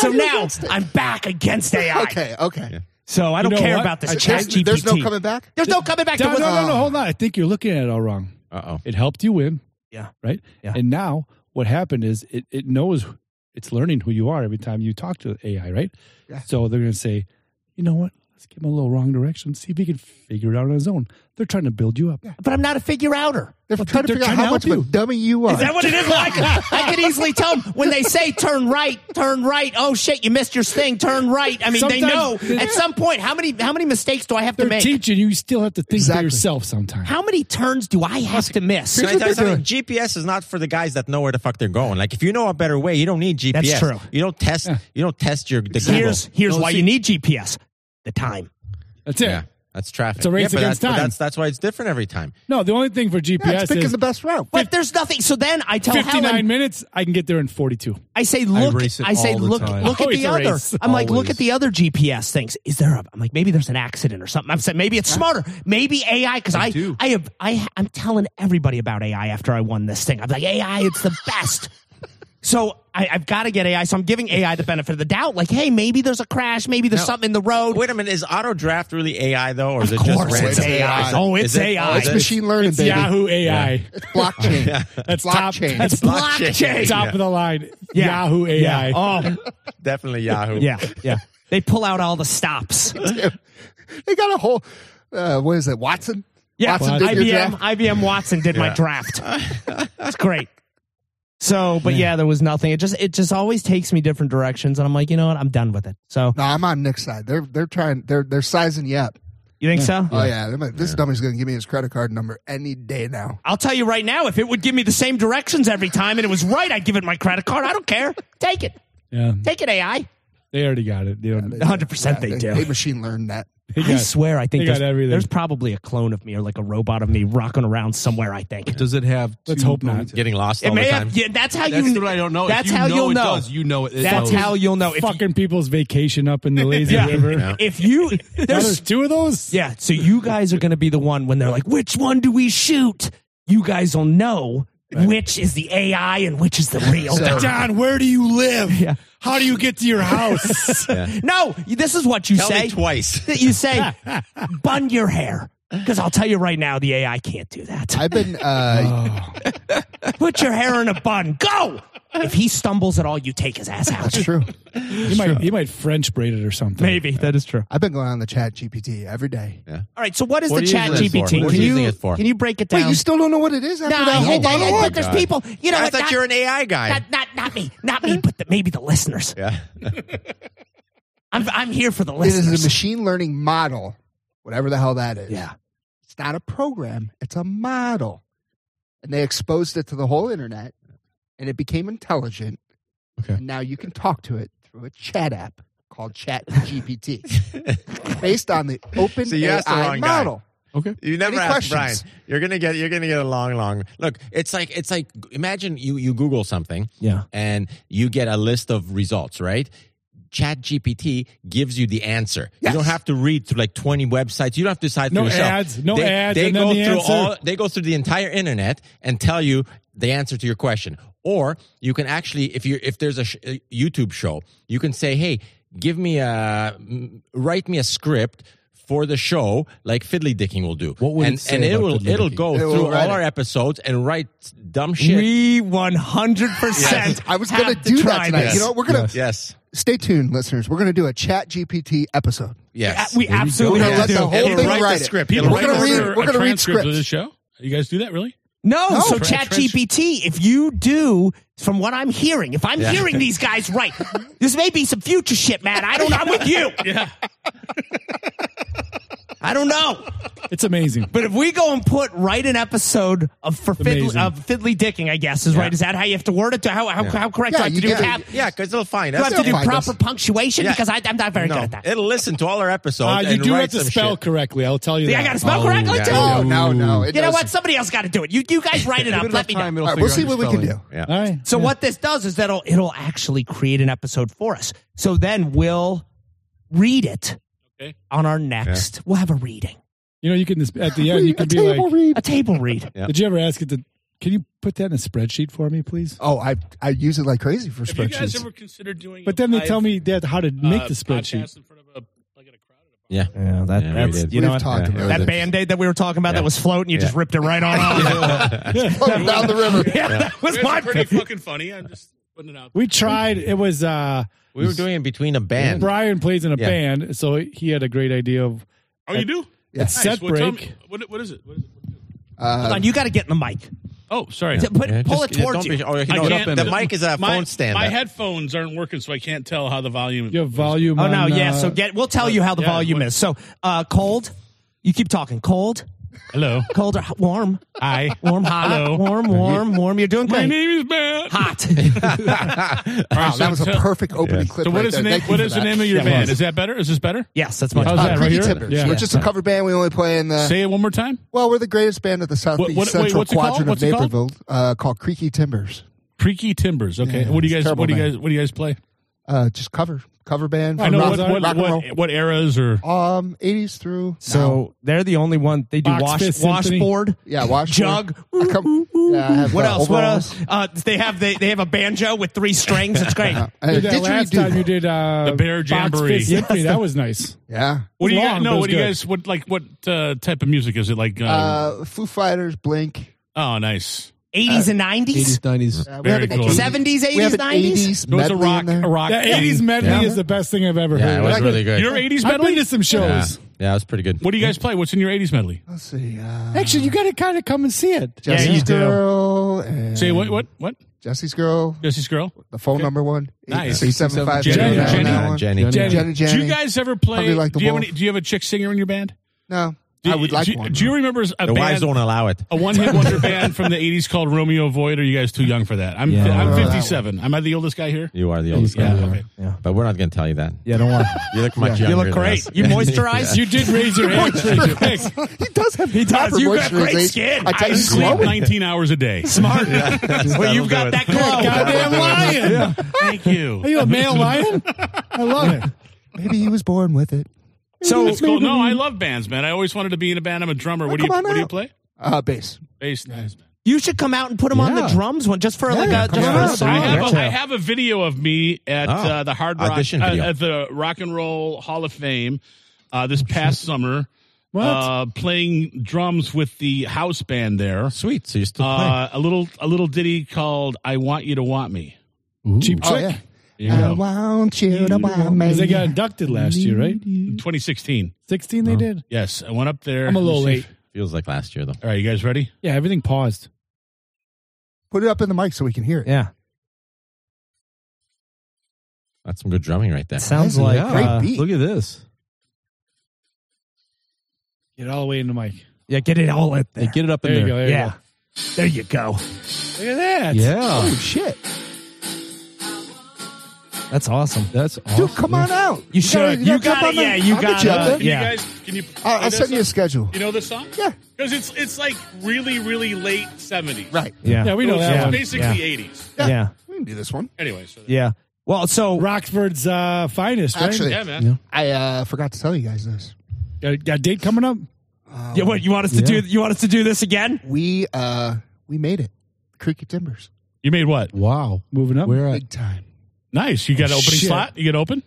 So now I'm back against AI. Okay, okay. So I don't know care what? about this I chat There's, there's no coming back. There's no coming back. No, to no, what no, no. Hold on. I think you're looking at it all wrong. Uh oh. It helped you win. Yeah. Right? Yeah. And now what happened is it, it knows it's learning who you are every time you talk to AI, right? Yeah. So they're gonna say, you know what? Let's give him a little wrong direction, see if he can figure it out on his own. They're trying to build you up. But I'm not a figure outer. They're trying to they're figure out trying to how much help of a dummy you are. Is that what it is? Well, I, could, <laughs> I could easily tell 'em when they say turn right, turn right. Oh shit, you missed your thing. Turn right. I mean, they know Sometimes- at some point how many how many mistakes do I have to They're make? teaching you, you still have to think for Exactly. yourself sometimes. how many turns do I have to miss? Can I tell you they're something? GPS is not for the guys that know where the fuck they're going. Like if you know a better way, you don't need GPS. That's true. You don't test. You don't test your the Here's Google. here's No, why see- you need GPS. The time. That's it. Yeah, that's traffic. It's a race yeah, but against that's, but time. That's that's why it's different every time. No, the only thing for yeah, it's GPS picking is the best route. But there's nothing. So then I tell 59 Helen, minutes, I can get there in 42. I say, look, I, race it say, all the look, time. look at Always the a other. race. I'm like, look Always. at the other GPS things. Is there a, I'm like, maybe there's an accident or something. I'm saying maybe it's smarter. Maybe AI, cause I, I, do. have, I, I'm telling everybody about AI after I won this thing. I'm like, AI, it's the best. So I, I've got to get AI. So I'm giving AI the benefit of the doubt. Like, hey, maybe there's a crash. Maybe there's No. something in the road. Wait a minute, is auto draft really AI though, or is of it just course, random? it's AI. Is it- Oh, it's is it- AI. is It's it- machine learning, It's baby. Yahoo AI. It's blockchain. <laughs> That's blockchain. <laughs> Top, that's It's blockchain. blockchain. Top Yeah. of the line. Yeah. Yahoo AI. Yeah. Oh, <laughs> definitely Yahoo. yeah, yeah. They pull out all the stops. They got a whole. Uh, what is it? Watson. Yeah, Watson did your IBM, draft? IBM Watson did my Yeah. draft. It's great. So, but yeah, there was nothing. It just it just always takes me different directions, and I'm like, you know what? I'm done with it. So No, I'm on Nick's side. They're they're trying. They're they're sizing you up. you think so? Oh yeah, they might- this dummy's gonna give me his credit card number any day now. I'll tell you right now, if it would give me the same directions every time and it was right, I'd give it my credit card. I don't care. Take it. Yeah. Take it, AI. They already got it. They don't, 100% they, do. They machine learned that. they I got- swear, I think they got there's, everything. there's probably a clone of me or like a robot of me rocking around somewhere, I think. Does it have? <laughs> Let's two hope not. ponytails? Getting lost It all may the time. have, yeah, that's how That's you what I don't know. If That's you how know you'll it know. does, you know it- it That's knows. how you'll know. If fucking people's vacation up in the lazy river. Yeah. if you Now there's there's two of those. Yeah, so you guys are going to be the one when they're like, which one do we shoot? You guys will know which is the AI and which is the real. <laughs> John, where do you live? Yeah. How do you get to your house? <laughs> no, this is what you Tell say. me twice. <laughs> That <laughs> you say, bun your hair. Because I'll tell you right now, the AI can't do that. I've <laughs> been. Uh, <laughs> Put your hair in a bun. Go! If he stumbles at all, you take his ass <laughs> out. it's true. you might you might French braid it or something. Maybe. That is true. I've been going on the Chat GPT every day. All right, so what is What the are you chat using it for? GPT? What are Can you using it for? can you break it down? Wait, you still don't know what it is after no, that? I hate that. I hate Oh, that there's God. people. You know I what? thought Not- you were an AI guy. not, not, not me, not me, but the, maybe the listeners. yeah. I'm, I'm here for the It is listeners. a machine learning model, whatever the hell that is. Yeah. It's not a program, it's a model. And they exposed it to the whole internet and it became intelligent. Okay. And now you can talk to it through a chat app called <laughs> Chat GPT based on the open So you asked the AI wrong guy. model. Okay. You never Any ask questions? Brian. You're gonna get you're gonna get a long, long look. It's like it's like imagine you you Google something, Yeah. and you get a list of results, right? Chat GPT gives you the answer. Yes. You don't have to read through like 20 websites. You don't have to decide No for yourself. ads, no they, ads, They and go then the through answer. all they go through the entire internet and tell you the answer to your question. Or you can actually, if you if there's a, sh- a YouTube show, you can say, "Hey, give me a mm, write me a script for the show, like Fiddly Dicking will do." What would it and say and about will Fiddly it'll Dicking? go It will through all write it. our episodes and write dumb shit. We 100% I was have going to do that try tonight. this. You know, we're going to yes, stay tuned, listeners. We're going to do a Chat GPT episode. yes. Uh, We absolutely We're have to gonna let do the it. whole It'll thing write the write it. script. People It'll We're write going to the read. write over We're a going to read transcript scripts. of the show. You guys do that really? No, No. so Tra- chat trans- GPT, if you do, from what I'm hearing, if I'm hearing these guys right, this may be some future shit, man. I don't know. I'm with you. Yeah. <laughs> I don't know. It's amazing. But if we go and put write an episode of for fiddly, Amazing. of fiddly dicking, I guess is right. Is that how you have to word it? To how how, how correct do Yeah, I have to you do get it. cap? yeah, because it'll find Do I us. have to do find proper us. punctuation Yeah. because I, I'm not very good at that. It'll listen to all our episodes. Uh, you and do write have to some spell shit. correctly. I'll tell you See, that. I got to spell Oh, correctly yeah. too. No, no, no. It You know doesn't. what? Somebody else got to do it. You you guys write <laughs> it Give up. it Let enough me time, know. it'll All right, we'll figure see what out your we can spelling. do. Yeah. All right. So what this does is that'll it'll actually create an episode for us. So then we'll read it Okay. on our next. We'll have a reading, You know, you can at the end you a can be table like, read. a table read. Yeah. "Did you ever ask it to? Can you put that in a spreadsheet for me, please?" Oh, I I use it like crazy for Have you guys spreadsheets. ever considered doing? uh, But then they tell me that how to make the spreadsheet. in front of a like at a crowd at a Yeah. Yeah, that, Yeah, we that's did. you know We've what? Yeah, talked about it that was band aid that we were talking about Yeah. that was floating. You just ripped it right on off. <laughs> Floating down the river. yeah, that was It's my pretty fucking funny. I'm just putting it out. We tried. It was uh We were doing it between a band. Brian plays in a Yeah. band, so he had a great idea of Oh, you do? Yeah. It's set Well, tell break. me- what, what is it? What is it? What do you do? Hold Uh, on, you got to get in the mic. Oh, sorry. Put, Yeah, pull just- it yeah, towards don't be- you. oh, you I know, can't- the mic is a my, phone stand. My up. headphones aren't working, so I can't tell how the volume. you have volume. Oh no, on, yeah. uh, So get. We'll tell you how the yeah, volume what- is. So uh, cold. You keep talking. Cold. Hello. Cold or hot- warm? I warm hot. Warm, warm, warm. You're doing My great. name is Matt. Hot. wow, that was a perfect opening clip. So right what is there. the name? Thank you What for is the that. name of your Yeah, it band? was. Is that better? Is this better? yes, that's much. How's better. that? Uh, right Creepy here? Timbers. Yeah. We're just a cover band. We only play in the Say it one more time. well, we're the greatest band of the southeast What- what- wait, central what's it called? quadrant of What's it called? Naperville, uh, called Creaky Timbers. Preaky Timbers. Okay. Yeah, what do you it's guys? terrible What do you name. guys? What do you guys play? Uh, just cover cover band. I from know rock, what what, rock and roll. what, what eras or Um, eighties through. now. So they're the only one. They do Box wash, Fist Symphony. washboard. yeah, wash Jug. I come- yeah, I have, What uh, else? What overalls. else? Uh, they have they, they have a banjo with three strings. It's great. Uh, Did didgeridoo. that last time you did uh, The Bear Box Jamboree. Fist Symphony, that was nice. yeah. what do you long, guys? but No. it What was do you good. guys? What like what uh, type of music is it? Like. Uh, Uh, Foo Fighters, Blink. oh, nice. 80s and 90s, 80s, 90s. Uh, Very we have an cool. 80s 70s, we 80s, have an 90s. 80s It was a medley in rock. there. A rock. The '80s medley is the best thing I've ever Yeah, heard. it was really good. Your '80s I've been medley. to some yeah. shows. yeah, it was pretty good. What do you guys play? What's in your '80s medley? Let's see. Uh, Actually, you got to kind of come and see it. Jesse's you do. Girl. And Say what? What? What? Jesse's Girl. Jesse's girl. The phone Okay. number one. Nice. 875 Jenny, Jenny. Uh, Jenny. Jenny. Jenny. Jenny. Do you guys ever play? Probably like the do you have wolf. any, Do you have a chick singer in your band? No. Do, I would like do, one. Do you remember a The wives band? Oh. don't allow it. a <laughs> one-hit wonder band from the '80s called Romeo Void. Are you guys too young for that? I'm Yeah. I'm Oh, that 57. Am I the oldest guy here? You are the oldest Yeah. guy. okay. Yeah. But we're not going to tell you that. Yeah, don't want to. <laughs> You look much younger. You look than great. us. You moisturize. You did raise your hand. <laughs> Thanks. <laughs> he does have he does. You got great skin. I tell I you, he's sleep glowing. 19 hours a day. <laughs> Smart. well, you've got do that it. glow. Goddamn lion. Thank Are you. you a male lion? I love it. <laughs> Maybe he was born with it. So That's cool. No, I love bands, man. I always wanted to be in a band. I'm a drummer. What do you come on What do you out. play? Uh, bass. Bass. Nice, man. you should come out and put him on the Yeah. drums one just for like Yeah, a come just on. for a Yeah, song. I have, a, gotcha. I have a video of me at Oh, uh, the Hard Rock audition uh, video. at the Rock and Roll Hall of Fame uh, Oh, this past summer. What? Uh, playing drums with the house band there. Sweet. So you're still playing. Uh, a little a little ditty called "I Want You to Want Me." Cheap Oh, trick. yeah. There you I go. want you to want me. 'Cause they got inducted last year, right? 2016. 16 they did. Yes, I went up there. Oh. I'm a little late. Feels like last year, though. All right, you guys ready? Yeah, everything paused. Put it up in the mic so we can hear it. Yeah, That's some good drumming right there. sounds That's a like great uh, beat. Look at this. Get all the way into mic. yeah. Get it all in Hey, there. get it up in There you there. go. There yeah, there you go. You go. Look at that. Yeah. Oh, shit. That's awesome. <laughs> That's awesome. Dude, come on out. You should. You got it. Yeah, you got it. Can you Yeah. guys, can you? I'll, I'll play send you a this song? schedule. You know this song? Yeah. because it's it's like really really late 70s. Right. Yeah, Yeah, we know it's that one. basically 80s. Yeah. yeah, We can do this one. Anyway, so yeah. Well, so Rockford's uh, finest, right? Actually, yeah, man. I uh, forgot to tell you guys this. Got, got a date coming up? yeah, what you want us to do? Yeah. You want us to do this again? We uh, we made it. Creaky Timbers. You made what? Wow. Moving up? Where at? Big time. Nice. You got an opening Shit. slot. You get open.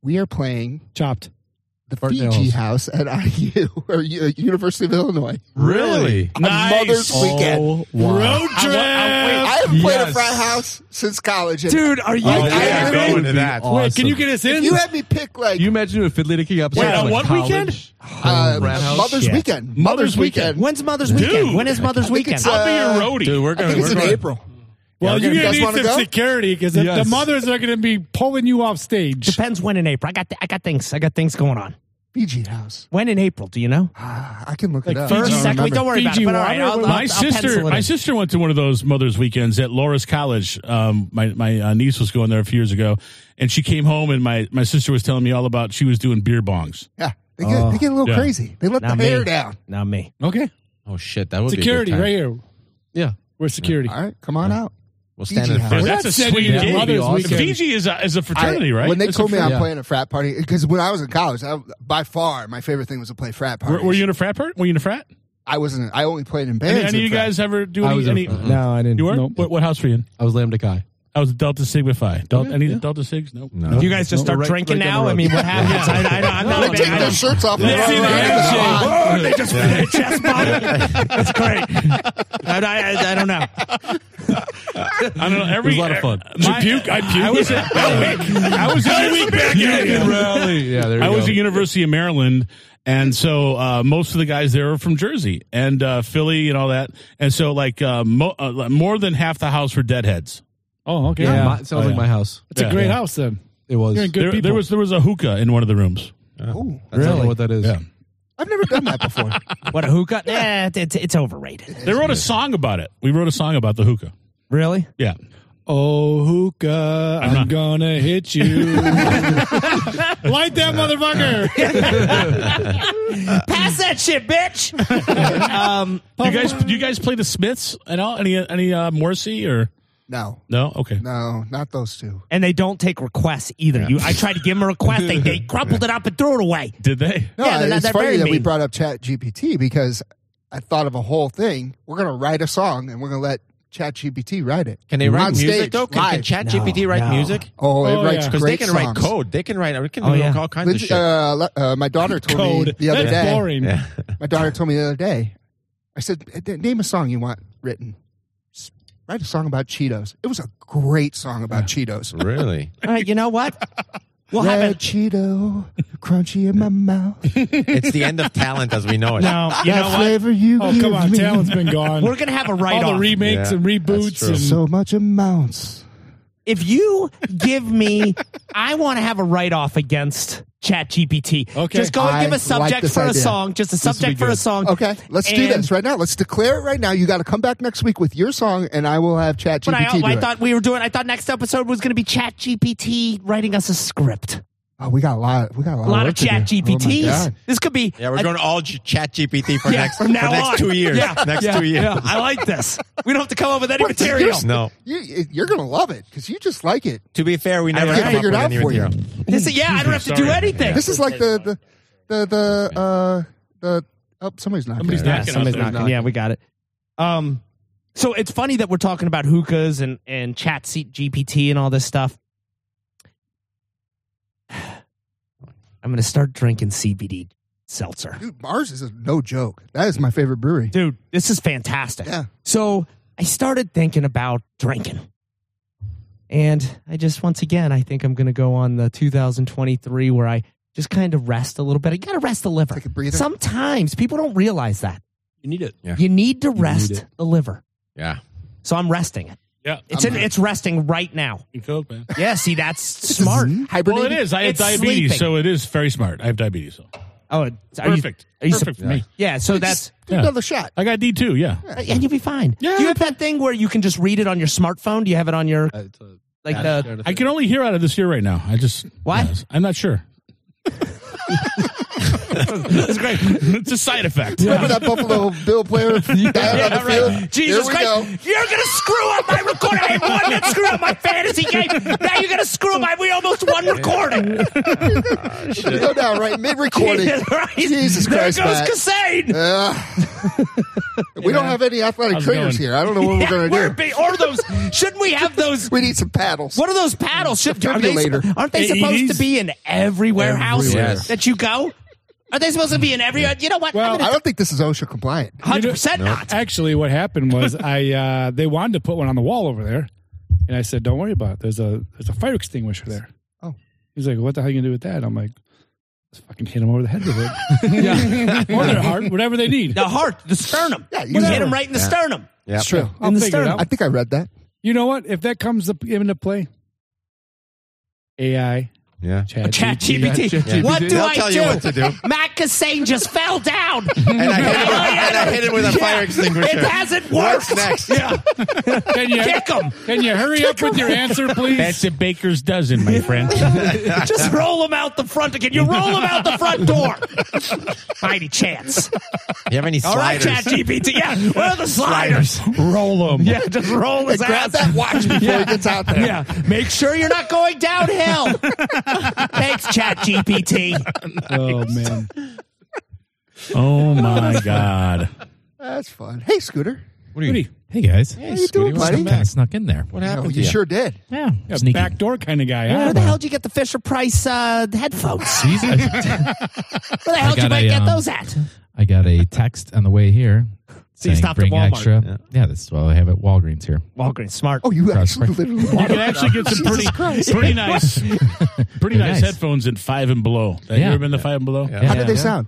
We are playing Chopped. the Fartnells. Fiji House at IU or U- <laughs> uh, University of Illinois. Really? On Mother's Weekend. Oh, wow. Road trip. I haven't played a Yes. frat house since college. and Dude, are you? Oh, yeah, kidding me? go Would into be that. Wait, can you get us in? If you had me pick like You imagine if Fiddly to King up. Wait, on what weekend? uh, Rat House? Mother's Shit. Weekend, Mother's Weekend. When's Mother's weekend? When is Mother's think weekend? it's, I'll be your Uh, roadie. Dude, we're I going think it's in to. April. Well, Yeah, you're you going guys to need wanna some go? security because Yes. the mothers are going to be pulling you off stage. Depends when in April. I got th- I got things. I got things going on. Fiji House. When in April? Do you know? Ah, I can look it up. First, I don't second. remember. Don't worry about it. Fiji But all right, water, I'll, what I'll, about- my I'll sister, pencil it my in. sister went to one of those mothers' weekends at Laura's College. Um, my my uh, niece was going there a few years ago, and she came home, and my my sister was telling me all about she was doing beer bongs. Yeah, they get, they get a Oh. little Yeah. crazy. They let Not the hair me. down. Not me. Okay. Oh, shit. That would Security be a good time. right here. Yeah. We're security. All right, come on out. Uh-huh. We'll stand Fiji in house. front. Well, that's, that's a it, sweet yeah. gig. Mother's Awesome. Weekend. Fiji is a, is a fraternity, I- right? When they It's a told me fr- I'm yeah. playing a frat party, because when I was in college, I, by far my favorite thing was to play frat parties. were, were you in a frat part? Were you in a frat? I wasn't. I only played in bands. Any, any in of you frat. guys ever do I was any? in any a frat. No, I didn't. You were? Nope. Uh, What, what house were you in? I was Lambda Chi. I was a Delta Sigma Phi. Delta, any Delta Sigs? Nope. No. You guys just No, start right- drinking right down the now. I road. mean, what happens? I, I, I'm not a They big- take I their don't- shirts off. and Oh, Yeah, run see, around in the handshake. hot. Oh, they just yeah. chest bump. That's great. I, I, I don't know. I don't know. Every It was a lot of fun. Did you puke? I puke. I was at I was at week back. rally. Yeah, there you I go. was at University of Maryland, and so uh, most of the guys there are from Jersey and uh, Philly and all that. And so, like, uh, mo- uh, more than half the house were deadheads. Oh, okay. yeah, Yeah. my- sounds like my house. it's a yeah. great Yeah. house then. It was. You're in good There, people. there was there was a hookah in one of the rooms. Ooh, I don't know what that is. Yeah. I've never done that before. What a hookah? <laughs> Yeah, it's, it's overrated. They wrote a song about it. We wrote a song about the hookah. Really? Yeah, Oh, hookah, I'm, not- gonna hit <laughs> you. Light that motherfucker. Pass that shit, bitch. um, you guys do you guys play the Smiths at all? Any any uh, Morrissey or No, no? Okay, no, not those two. <laughs> and they don't take requests either. You, I tried to give them a request. They, they crumpled it up and threw it away. did they? No, Yeah, they're not- it's they're funny very that we mean. brought up Chat GPT because I thought of a whole thing. We're gonna write a song and we're gonna let Chat GPT write it. Can they On write stage, music though? Can, can live. Chat GPT write no. music? Oh, it Oh, writes yeah. Because great they can write songs. code. They can write. We can Oh, do yeah. all kinds of Legit- shit. uh, le- uh, my daughter told me Code. the other That's day. boring. yeah. My daughter told me the other day. I said, "Eh, "Name a song you want written. S- Write a song about Cheetos." It was a great song about Cheetos. really? All right, you know what? We'll have Red it. Cheeto, crunchy <laughs> in my mouth. it's the end of talent as we know it. <laughs> <laughs> No, you know That what? flavor you Oh, give come on. me. Talent's been <laughs> gone. We're gonna have a All write the off. remakes Yeah, and that's reboots. true. And, so much amounts. if you give me, I want to have a write off against ChatGPT. Okay. just go and I give a like subject this for a idea. song. Just a subject for a song. Okay, let's do And- this right now. Let's declare it right now. You got to come back next week with your song, and I will have Chat But I, oh, GPT do I it. thought we were doing. I thought next episode was going to be ChatGPT writing us a script. oh, we got a lot. We got a lot, A lot work of to do. Chat Oh, my GPTs. God. this could be. Yeah, we're a- going all Chat GPT for yeah, next from now for next on. two years. Yeah, next yeah, two years. yeah. I like this. We don't have to come up with any What's the material. use? No. You, you're gonna love it because you just like it. To be fair, we I never can came up figure it with out any for you. material. This is, yeah, I don't have to do Sorry. anything. This is like the the the the uh, the oh somebody's not Somebody's Yeah, knocking. somebody's Somebody's knocking. Yeah, we got it. Um, so it's funny that we're talking about hookahs and and chat seat GPT and all this stuff. <sighs> I'm gonna start drinking CBD seltzer, Dude, Mars is a no joke. That is my favorite brewery. dude. This is fantastic. Yeah. So I started thinking about drinking, and I just once again I think I'm gonna go on the 2023 where I just kind of rest a little bit. I gotta rest the liver. Take a breather. Sometimes people don't realize that You need it. you need to rest it. the liver. Yeah. So I'm resting it. Yeah, It's in, it's resting right now. in Coke, man. Yeah, see, that's smart. <laughs> Well, it is. I have It's diabetes, sleeping. so it is very smart. I have diabetes, so Oh, it's- are you- perfect, are you perfect for me. yeah, so that's Just do another shot. I got D two. Yeah, and you'll be fine. Do you have that thing where you can just read it on your smartphone? Do you have it on your Uh, it's a- like yeah, the? sure, I can only hear out of this ear right now. I just Why? Yes. I'm not sure. <laughs> it's great. <laughs> It's a side effect. Remember that Buffalo Bill player guy on the field? Jesus Here we Christ! You're gonna screw up my recording. I had one that screwed up my fantasy game. Now you're gonna screw up. my- We almost won recording. go. We go down right mid <laughs> recording. <laughs> Right? Jesus there Christ, goes Matt. Cassane. we don't have any athletic How's it trainers going? here. I don't know <laughs> what Yeah, we're we're going to do. big- or those? Shouldn't we have those? We need some paddles. What are those paddles? Should, are they, Defibrillator. aren't they supposed to be in every warehouse Everywhere. that you go? Are they supposed to be in every? You know what? Well, I don't think this is OSHA compliant. hundred percent not. Actually, what happened was <laughs> I uh, they wanted to put one on the wall over there, and I said, "Don't worry about it. There's a there's a fire extinguisher there." Oh. he's like, "What the hell you gonna do with that?" I'm like, "Just fucking hit him over the head with it. <laughs> yeah, or their heart, whatever they need. The heart, the sternum. Yeah, you you hit know. him right in the sternum. Yeah. It's true. I'll the figure it sternum. out. I think I read that. You know what? If that comes up into play, AI, Yeah. Chat, Chat GPT. GPT. Yeah. What do They'll I tell do? you what to do. Matt Cassane just fell <laughs> down. And I hit <laughs> it with, and I hit it with a fire it extinguisher. hasn't worked. What's next? Yeah, Can you, kick <laughs> him. can you hurry up with your <laughs> answer, please? That's a baker's dozen, my <laughs> friend. Just roll him out the front. Can you roll him out the front door? Mighty chance. You have any All right, sliders? Chat GPT. Yeah, where are the sliders? <laughs> Roll them. Yeah, just roll his ass. Grab that <laughs> watch before it gets out there. Yeah, make sure you're not going <laughs> downhill. Thanks, Chat GPT. <laughs> oh man, oh my god! That's fun. Hey, Scooter. What are you? Goody. Hey guys. Hey, you doing, buddy? Kind of snuck in there. What No, happened to Oh, you you? sure did. Yeah, Yeah, sneaky. backdoor kind of guy. Where huh? the hell did you get the Fisher Price uh, headphones? Jeez, <laughs> I, Where the hell did you got might a, get um, those at? I got a text on the way here. So you saying, stopped at Bring Walmart." Extra. Yeah. that's what I have at Walgreens here. Walgreens, smart. Oh, you Cross actually literally <laughs> You can actually get some pretty, pretty <laughs> nice, pretty nice, nice. headphones at five and below. Have you Yeah. ever been to five and below? How did they sound?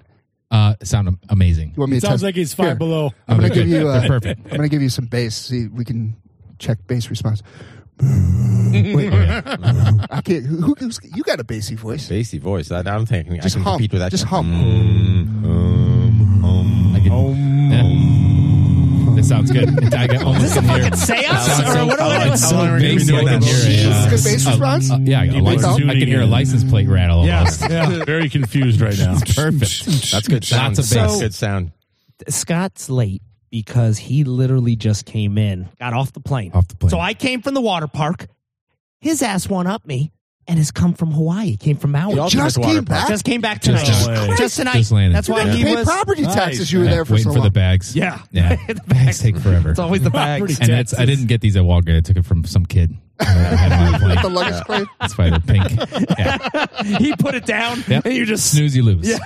Uh, sound am- amazing. You want me to Sounds tell- like he's five Here. below. I'm Oh, gonna they're give good. you uh, They're perfect. I'm gonna give you some bass. See, we can check bass response. <laughs> Wait, I can't. Who, who's, you got a bassy voice? Bassy voice. I, I'm thinking Just I can hum. compete with that. Just guy. hum. Mm, um, um. I can, yeah. This sounds good. <laughs> I got almost Is this a can hear- fucking seance? sounds Or so- what do oh, I it's so big. doing I can that? hear it, Jeez, yeah. good bass Uh, response? uh, Yeah, I got a Keep license- I tuning can hear <laughs> a in. license plate rattle Yeah. almost. Yeah. <laughs> Very confused right now. Perfect. That's good sound. Lots of bass. That's good sound. Scott's late because he literally just came in, got off the plane. Off the plane. So I came from the water park. His ass won up me and has come from Hawaii. Came from Maui. He also Just does water came park. back. just came back tonight. Just Just, landed. tonight. Just landed. That's why you he didn't pay was. property Nice, taxes. You were Yeah, there for waiting so for long. the bags. Yeah. <laughs> Yeah. The bags take forever. It's always the Pretty bags. and that's I didn't get these at Walgreens. I took it from some kid. I had <laughs> them on the plane. the luggage claim. That's why they're pink. <laughs> Yeah. he put it down Yep. and you just Snooze, you lose. So,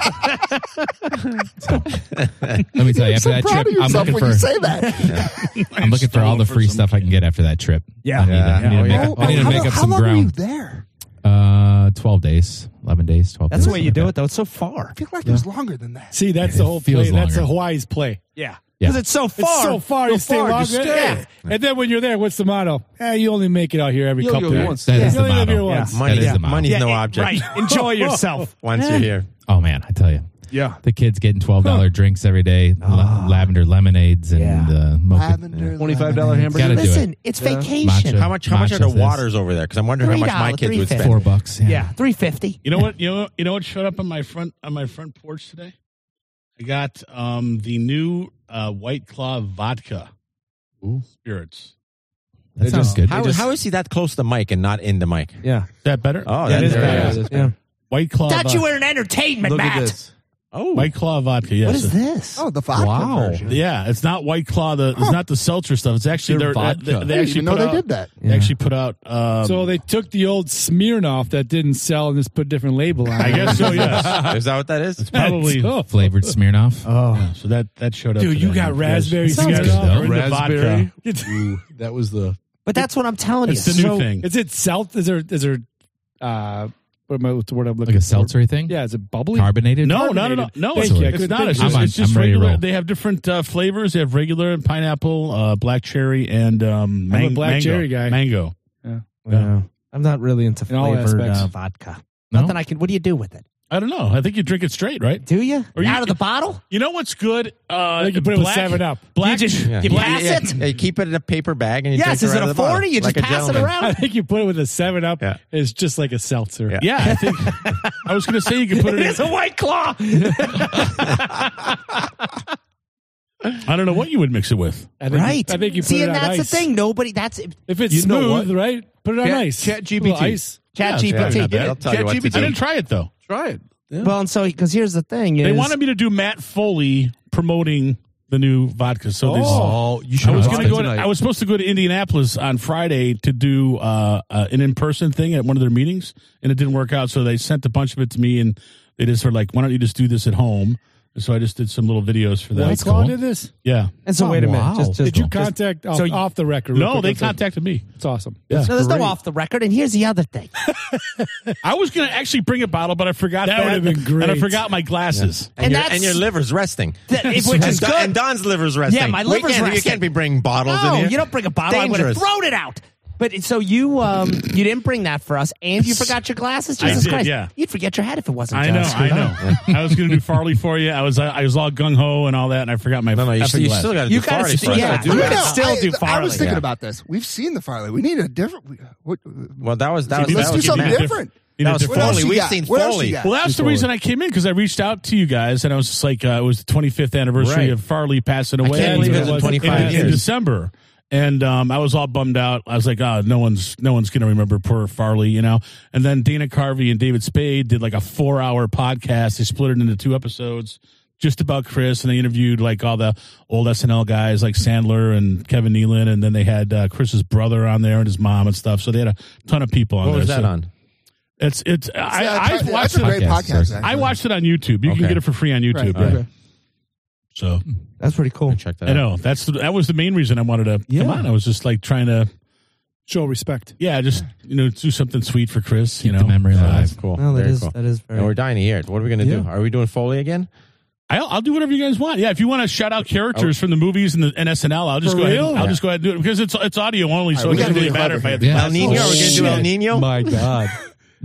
let me tell I'm you, after so that proud trip, of I'm yourself looking when you for say <laughs> that. Oh, I'm looking for all the free stuff I can get after that trip. Yeah. I need, to- I need to make Yeah. up, I need to how, make up how some long were you ground. there? Uh, twelve days, eleven days, twelve. That's days, the way you something do like it, though. It's so far. I feel like it was longer than that. <laughs> See, that's Yeah, the it whole play. feels That's the longer. Hawaii's play. Yeah. Yeah. Because it's so far. It's so far, you stay far, longer. you stay. Yeah. And then when you're there, what's the motto? Eh, you only make it out here every couple go of once. years. That is You the only live here motto. once. That Money, is the motto. money's no it- object. Right. Enjoy yourself. Once you're here, Oh man, I tell you. Yeah. The kids getting twelve dollar drinks every day, la- lavender lemonades and Yeah. uh, mocha. Ah. Lavender, $25 lemon. hamburger. Gotta do it. Listen, it's vacation. Matcha. how much? How much are the Matcha says- waters over there? Because I'm wondering how much my $3, kids would $3.50. spend. Four bucks. Yeah. Yeah. 350. You know what? You know. You know what showed up on my front on my front porch today? I got um the new uh, White Claw vodka spirits. That They sounds just- good. How, how is he that close to the mic and not in the mic? Yeah. Is that better? Oh, Yeah, that it is there better. it is. It is better. Uh, White Claw. Thought vodka. you were an entertainment, Look Matt. at this. Oh, White Claw vodka. Yes. What is this? Oh, the vodka Wow. version. Yeah, it's not White Claw. The it's not the seltzer stuff. It's actually They're their vodka. They, I I they didn't actually even know put they out, did that. They actually put out. Um, So they took the old Smirnoff that didn't sell and just put a different label on it. I <laughs> guess so. Yes, is that what that is? probably. Oh, Flavored Smirnoff. Oh, so that that showed up. Dude, you today. got Yes. raspberry You guys Smirnoff though. are into Raspberry. vodka. Ooh, that was the. But that's what I'm telling It's you. the new So- thing. Is it seltz? Is there, is there, uh, what am I, what's the word I'm looking Like a for? seltzery thing? Yeah, is it bubbly? Carbonated? No, no, no, no, Carbonated. no. Thank It's, you. I it's couldn't not. think It's of just, it. it's just I'm ready to regular. roll. They have different uh, flavors. They have regular and pineapple, uh, black cherry, and um, I'm a man- black mango. cherry guy. Mango. Yeah. I'm not really into In all flavored aspects. uh, vodka. No? Nothing I can. What do you do with it? I don't know. I think you drink it straight, right? Do you? Or you- Out of the bottle? You know what's good? Uh, Like you put it with black, 7-Up. Black. You just- you black- pass yeah, it? yeah, you keep it in a paper bag and you yes. drink Is it it right out a of the bottle, 40? You just like a pass it gentleman. <laughs> <laughs> I around. think you put it with a 7-Up. Yeah. It's just like a seltzer. Yeah. Yeah, I think. I was going to say you could put it It in. is a white claw. I don't know what you would mix it with. I think, right. I think you put See, it and on that's the ice. thing. Nobody, that's If it's You know smooth, what? right? Put it on Chat- ice. Chat A little GPT. Ice. chat Yeah, it's GPT. not bad. I'll tell you what to I do. didn't try it though. Try it. Yeah. Well, and so, because here's the thing. Is, They wanted me to do Matt Foley promoting the new vodka. So this, Oh, you should. I was have going to gone go. To, tonight. I was supposed to go to Indianapolis on Friday to do uh, uh, an in-person thing at one of their meetings, and it didn't work out. So they sent a bunch of it to me, and they just were like, "Why don't you just do this at home?" And so I just did some little videos for that. White Claw did this? Yeah. And so, Oh, wait a minute. wow. Just, just, Did you contact off, so you- off the record? real No, quick? they That's it. contacted me. It's awesome. Yeah. no, there's no off the record. And here's the other thing. I was going to actually bring a bottle, but I forgot That that, would've been great. and I forgot my glasses. And, And your, that's- and your liver's resting. That- if- which and, is Don- good. and Don's liver's resting. Yeah, my We liver's can't- You resting. can't be bringing bottles no, in here. you don't bring a bottle. I would have Dangerous. thrown it out. But so you um you didn't bring that for us, and <laughs> you forgot your glasses. I Jesus did, Christ! yeah. You'd forget your head if it wasn't. I know, just- <laughs> I know. I was going to do Farley for you. I was, I was all gung ho and all that, and I forgot my. No, no, you, effing still- you glasses. still got to You do gotta Farley still- first. yeah. I do No, no, that. no. Still- still do I Farley. was thinking Yeah. about this. We've seen the Farley. We need a different. we- What, Well, that was that was You Let's that know, do was you something need a Matt. different. you That need was a different- else Foley. you We've got? seen What else you Foley. got? Well, that's the Before. reason I came in because I reached out to you guys and I was just like, uh, it was the 25th anniversary Right. of Farley passing away. uh, can't believe it's been 25 in, in years. December. And um, I was all bummed out. I was like, "Oh, no one's no one's gonna remember poor Farley," you know. And then Dana Carvey and David Spade did like a four hour podcast. They split it into two episodes. just about Chris, and they interviewed like all the old SNL guys like Sandler and Kevin Nealon, and then they had uh, Chris's brother on there and his mom and stuff. So they had a ton of people on What there. was that so on? It's it's I, Yeah, I uh, that's watched a it. great podcast, podcast. Chris. actually. I watched it on YouTube. Okay. You Hmm. can get it for free on YouTube. Right. yeah. Okay. So That's pretty cool. Check that I out. know that's the, that was the main reason I wanted to Yeah. come on. I was just like trying to Show respect. yeah, just you know do something sweet for Chris. You know, the memory Yeah, alive. that's cool. Well, that Very is cool. that is very. And we're dying to hear it. What are we going to do? Are we doing Foley again? I'll, I'll do whatever you guys want. Yeah, if you want to shout out characters from the movies and, the, and SNL, I'll just For go ahead. real? I'll Oh. Yeah. just go ahead and do it because it's it's audio only, so we it gotta doesn't really be matter if I had the Yeah. El Nino? Are we going to do El Shit. Nino? My God.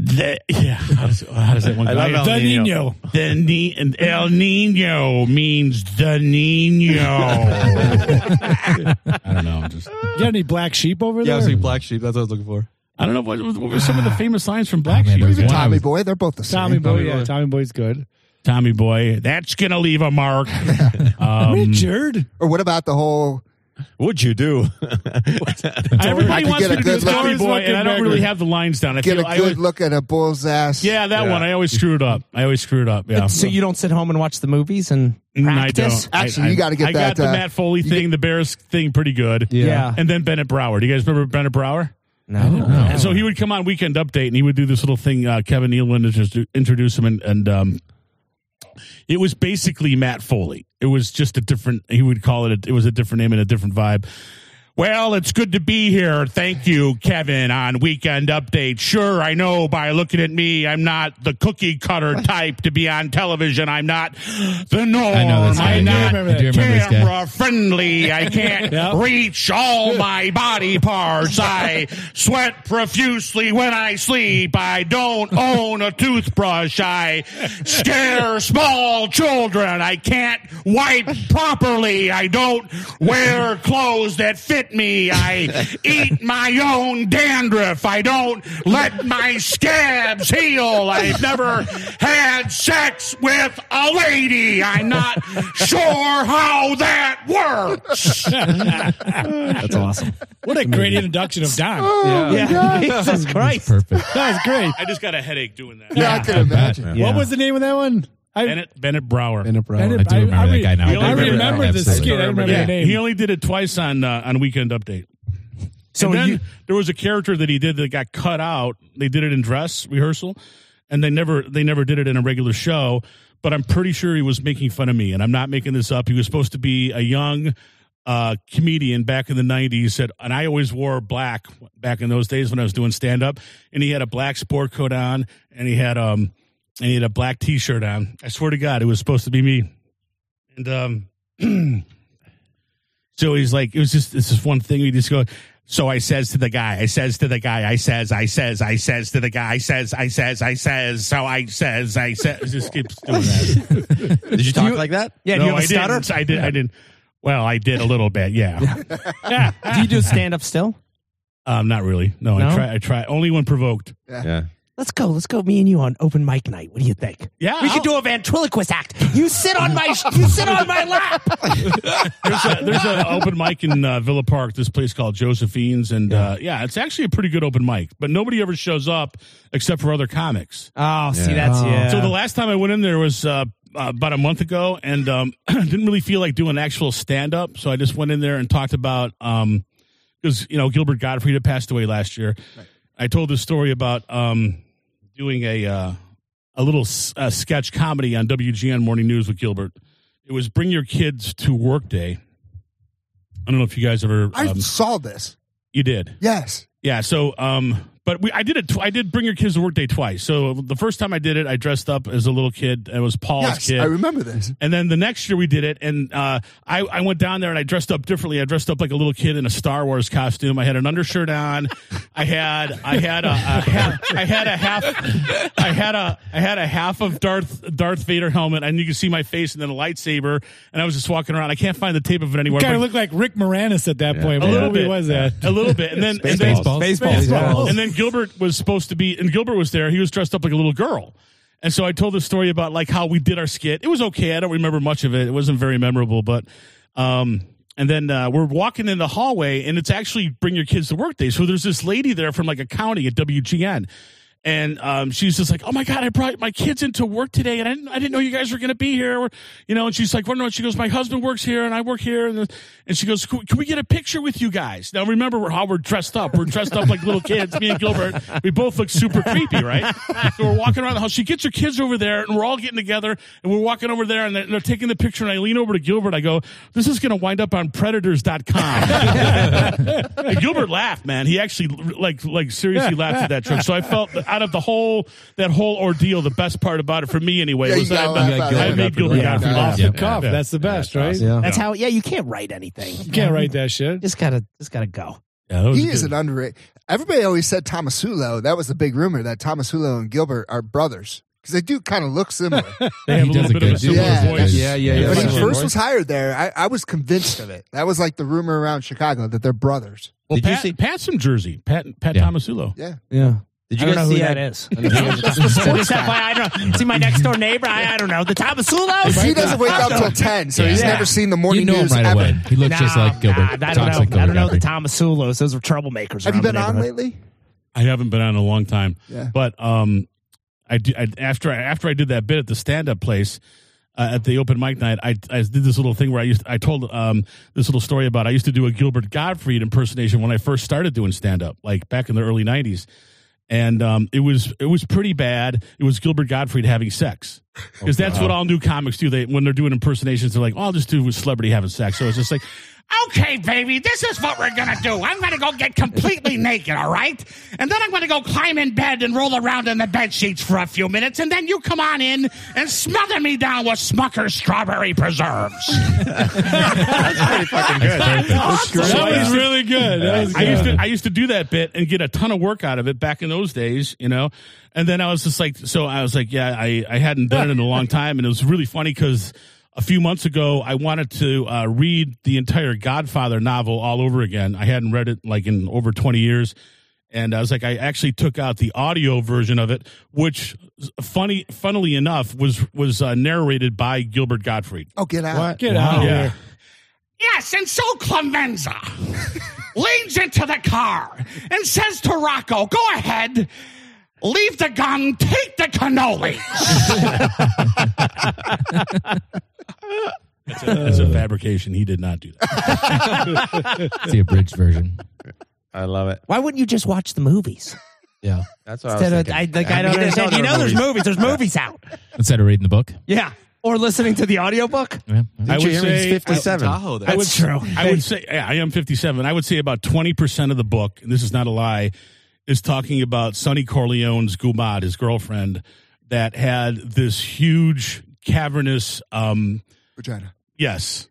The, yeah. How does, how does that one I go? love El the Nino. The ni- and El Nino means <laughs> the Nino. I don't know. Just, You got any black sheep over Yeah, I there? was like black sheep. That's what I was looking for. I don't know. What, what were some of the famous lines from Black man, Sheep? there's One Tommy was, Boy, they're both the same. Tommy Boy. Yeah, Boy. Tommy Boy's good. Tommy Boy. That's going to leave <laughs> a mark. Um, Richard. Or what about the whole? Would you do? Everybody I could get wants me a to do good laugh. Tommy Boy, and I don't really have the lines down. I Get feel a I good would, look at a bull's ass. yeah, that one. I always screw it up. I always screw it up. Yeah. So you don't sit home and watch the movies and Mm, I practice? don't. Actually, I- you gotta get I got that, the uh, Matt Foley you thing, the Bears thing, pretty good. Yeah. And then Bennett Brower. Do you guys remember Bennett Brower? No. And so he would come on Weekend Update and he would do this little thing. Uh, Kevin Nealon would just do- introduce him, and, and um, it was basically Matt Foley. It was just a different. He would call it. A, it was a different name and a different vibe. Well, it's good to be here. Thank you, Kevin, on Weekend Update. Sure, I know by looking at me, I'm not the cookie <laughs> cutter type to be on television. I'm not the norm. I know this guy. I'm Yeah, not I do remember this guy. camera friendly. I <laughs> can't Yeah. reach all my body parts. I sweat profusely when I sleep. I don't own a toothbrush. I scare small children. I can't wipe properly. I don't wear clothes that fit me. I eat my own dandruff. I don't let my scabs heal. I've never had sex with a lady. I'm not sure how that works. That's awesome. What a great introduction of Don. Yeah. Jesus Christ. Perfect. That was great. I just got a headache doing that. Yeah, I can imagine. Yeah. What was the name of that one? I, Bennett, Bennett Brower. In a brow. I do Bennett- remember that re- guy now. I remember, that the episode. skit. I remember Yeah, the name. he only did it twice on uh, on Weekend Update. So So and then you, there was a character that he did that got cut out. They did it in dress rehearsal, and they never they never did it in a regular show. But I'm pretty sure he was making fun of me, and I'm not making this up. He was supposed to be a young uh, comedian back in the '90s. Said, and I always wore black back in those days when I was doing stand up. And he had a black sport coat on, and he had um and he had a black T-shirt on. I swear to God, it was supposed to be me. And um, so he's like, it was just this is one thing. He just go. So I says to the guy, I says to the guy, I says, I says, I says to the guy, I says, I says, I says. So I says, I says. It just keeps doing that. Did <laughs> you talk like that? <laughs> yeah, do No, you have a I stutter? Didn't. I did. I didn't. Well, I did a little bit. Yeah. Do you do stand up still? <laughs> um, not really. No, No? I try. I try only when provoked. Yeah. Let's go. Let's go. Me and you on open mic night. What do you think? Yeah, we I'll- could do a ventriloquist act. You sit on my you sit on my lap. There's a there's an open mic in uh, Villa Park. This place called Josephine's, and uh, yeah, it's actually a pretty good open mic. But nobody ever shows up except for other comics. Oh, see, Yeah. that's yeah. So the last time I went in there was uh, uh, about a month ago, and um, <clears throat> didn't really feel like doing actual stand up. So I just went in there and talked about because you know Gilbert Gottfried had passed away last year. I told this story about um, doing a uh, a little s- uh, sketch comedy on WGN Morning News with Gilbert. It was Bring Your Kids to Work Day. I don't know if you guys ever I um, saw this. you did. Yes. Yeah. So, um, but we, I did it. Tw- I did bring your kids to work day twice. So the first time I did it, I dressed up as a little kid. and It was Paul's yes. kid. I remember <laughs> this. and then the next year we did it, and uh, I, I went down there and I dressed up differently. I dressed up like a little kid in a Star Wars costume. I had an undershirt on. I had I had a, a half, I had a half I had a I had a half of Darth Darth Vader helmet, and you can see my face, and then a lightsaber. And I was just walking around. I can't find the tape of it anywhere. Kind but- of looked like Rick Moranis at that point. a What little movie bit was that? a little bit, and then and then- Spaceballs. Spaceballs. Baseball. Spaceballs. And then Gilbert was supposed to be, and Gilbert was there. He was dressed up like a little girl. And so I told the story about like how we did our skit. It was okay. I don't remember much of it. It wasn't very memorable, but um and then uh, we're walking in the hallway and it's actually bring your kids to work day. So there's this lady there from like a county at WGN. And um, she's just like, "Oh my god, I brought my kids into work today, and I didn't, I didn't know you guys were going to be here." Or, you know, and she's like, "Wondering." She goes, "My husband works here, and I work here," and, and she goes, can, we- "Can we get a picture with you guys?" Now remember we're- how we're dressed up. We're dressed up like little kids. Me and Gilbert, we both look super creepy, right? So we're walking around the house. She gets her kids over there, and we're all getting together, and we're walking over there, and they're, they're taking the picture. And I lean over to Gilbert. I go, "This is going to wind up on Predators.com." <laughs> And Gilbert laughed, man. He actually like like seriously laughed at that trick. So I felt that out of the whole that whole ordeal, the best part about it for me anyway Yeah, was you that I, gotta laugh I about it. made Gilbert Yeah, laugh. yeah, off Yeah. the cuff. Yeah. That's the best, right? Yeah. That's how. Yeah, you can't write anything. You can't write that shit. Just gotta, just gotta go. Yeah, that was He is good. an underrated. Everybody always said Thomas Hulo. That was the big rumor that Thomas Hulo and Gilbert are brothers because they do kind of look similar. <laughs> They have a He little does a bit of a good- similar yeah, voice. yeah, yeah, yeah. When That's he my first voice. was hired there, I, I was convinced of it. That was like the rumor around Chicago that they're brothers. Well, Did you Pat, see- Pat's from Jersey. Pat Pat Yeah. Tomasulo. Yeah, Yeah. Did you I don't guys know who see that that? is. <laughs> Just FYI, I don't know. See my next door neighbor. I, I don't know the Tabasulos. he doesn't wake up till ten, so he's Yeah. never seen the morning You know him news right ever. away. He looks just like Gilbert. Nah, I Talks like don't know. I Gilbert don't know the Gottfried. Tomasulos. Those were troublemakers. Have you around the been on neighborhood. lately? I haven't been on in a long time. Yeah. But um, I, do, I after I, after I did that bit at the stand up place. Uh, at the open mic night, I, I did this little thing where I used I told um, this little story about I used to do a Gilbert Gottfried impersonation when I first started doing stand up, like back in the early '90s, and um, it was it was pretty bad. It was Gilbert Gottfried having sex because that's what all new comics do. They when they're doing impersonations, they're like, "Oh, I'll just do a celebrity having sex." So it's just like, "Okay, baby, this is what we're gonna do. I'm gonna go get completely naked, all right, and then I'm gonna go climb in bed and roll around in the bed sheets for a few minutes, and then you come on in and smother me down with Smucker's strawberry preserves." That was really good. That was I used to good. I used to do that bit and get a ton of work out of it back in those days, you know. And then I was just like, so I was like, yeah, I I hadn't done it in a <laughs> long time, and it was really funny because a few months ago I wanted to uh, read the entire Godfather novel all over again. I hadn't read it like in over twenty years. And I was like, I actually took out the audio version of it, which, funny, funnily enough, was was uh, narrated by Gilbert Gottfried. Oh, get out! Get out of here. Yes, and so Clemenza leans into the car and says to Rocco, go ahead, leave the gun, take the <laughs> cannoli. it's, a, it's a fabrication. He did not do that. It's the abridged version. I love it. Why wouldn't you just watch the movies? Yeah. That's what Instead I of- was thinking. I, like, I don't mean, understand. You other know, there's movies. movies. There's movies out. Instead of reading the book. Yeah, or listening to the audiobook. Yeah. I Did you hear he's 57. Tahoe, That's would- true. I would say yeah, I am 57. I would say about 20% of the book, and this is not a lie, is talking about Sonny Corleone's Gumad, his girlfriend, that had this huge cavernous um, Vagina. Yes.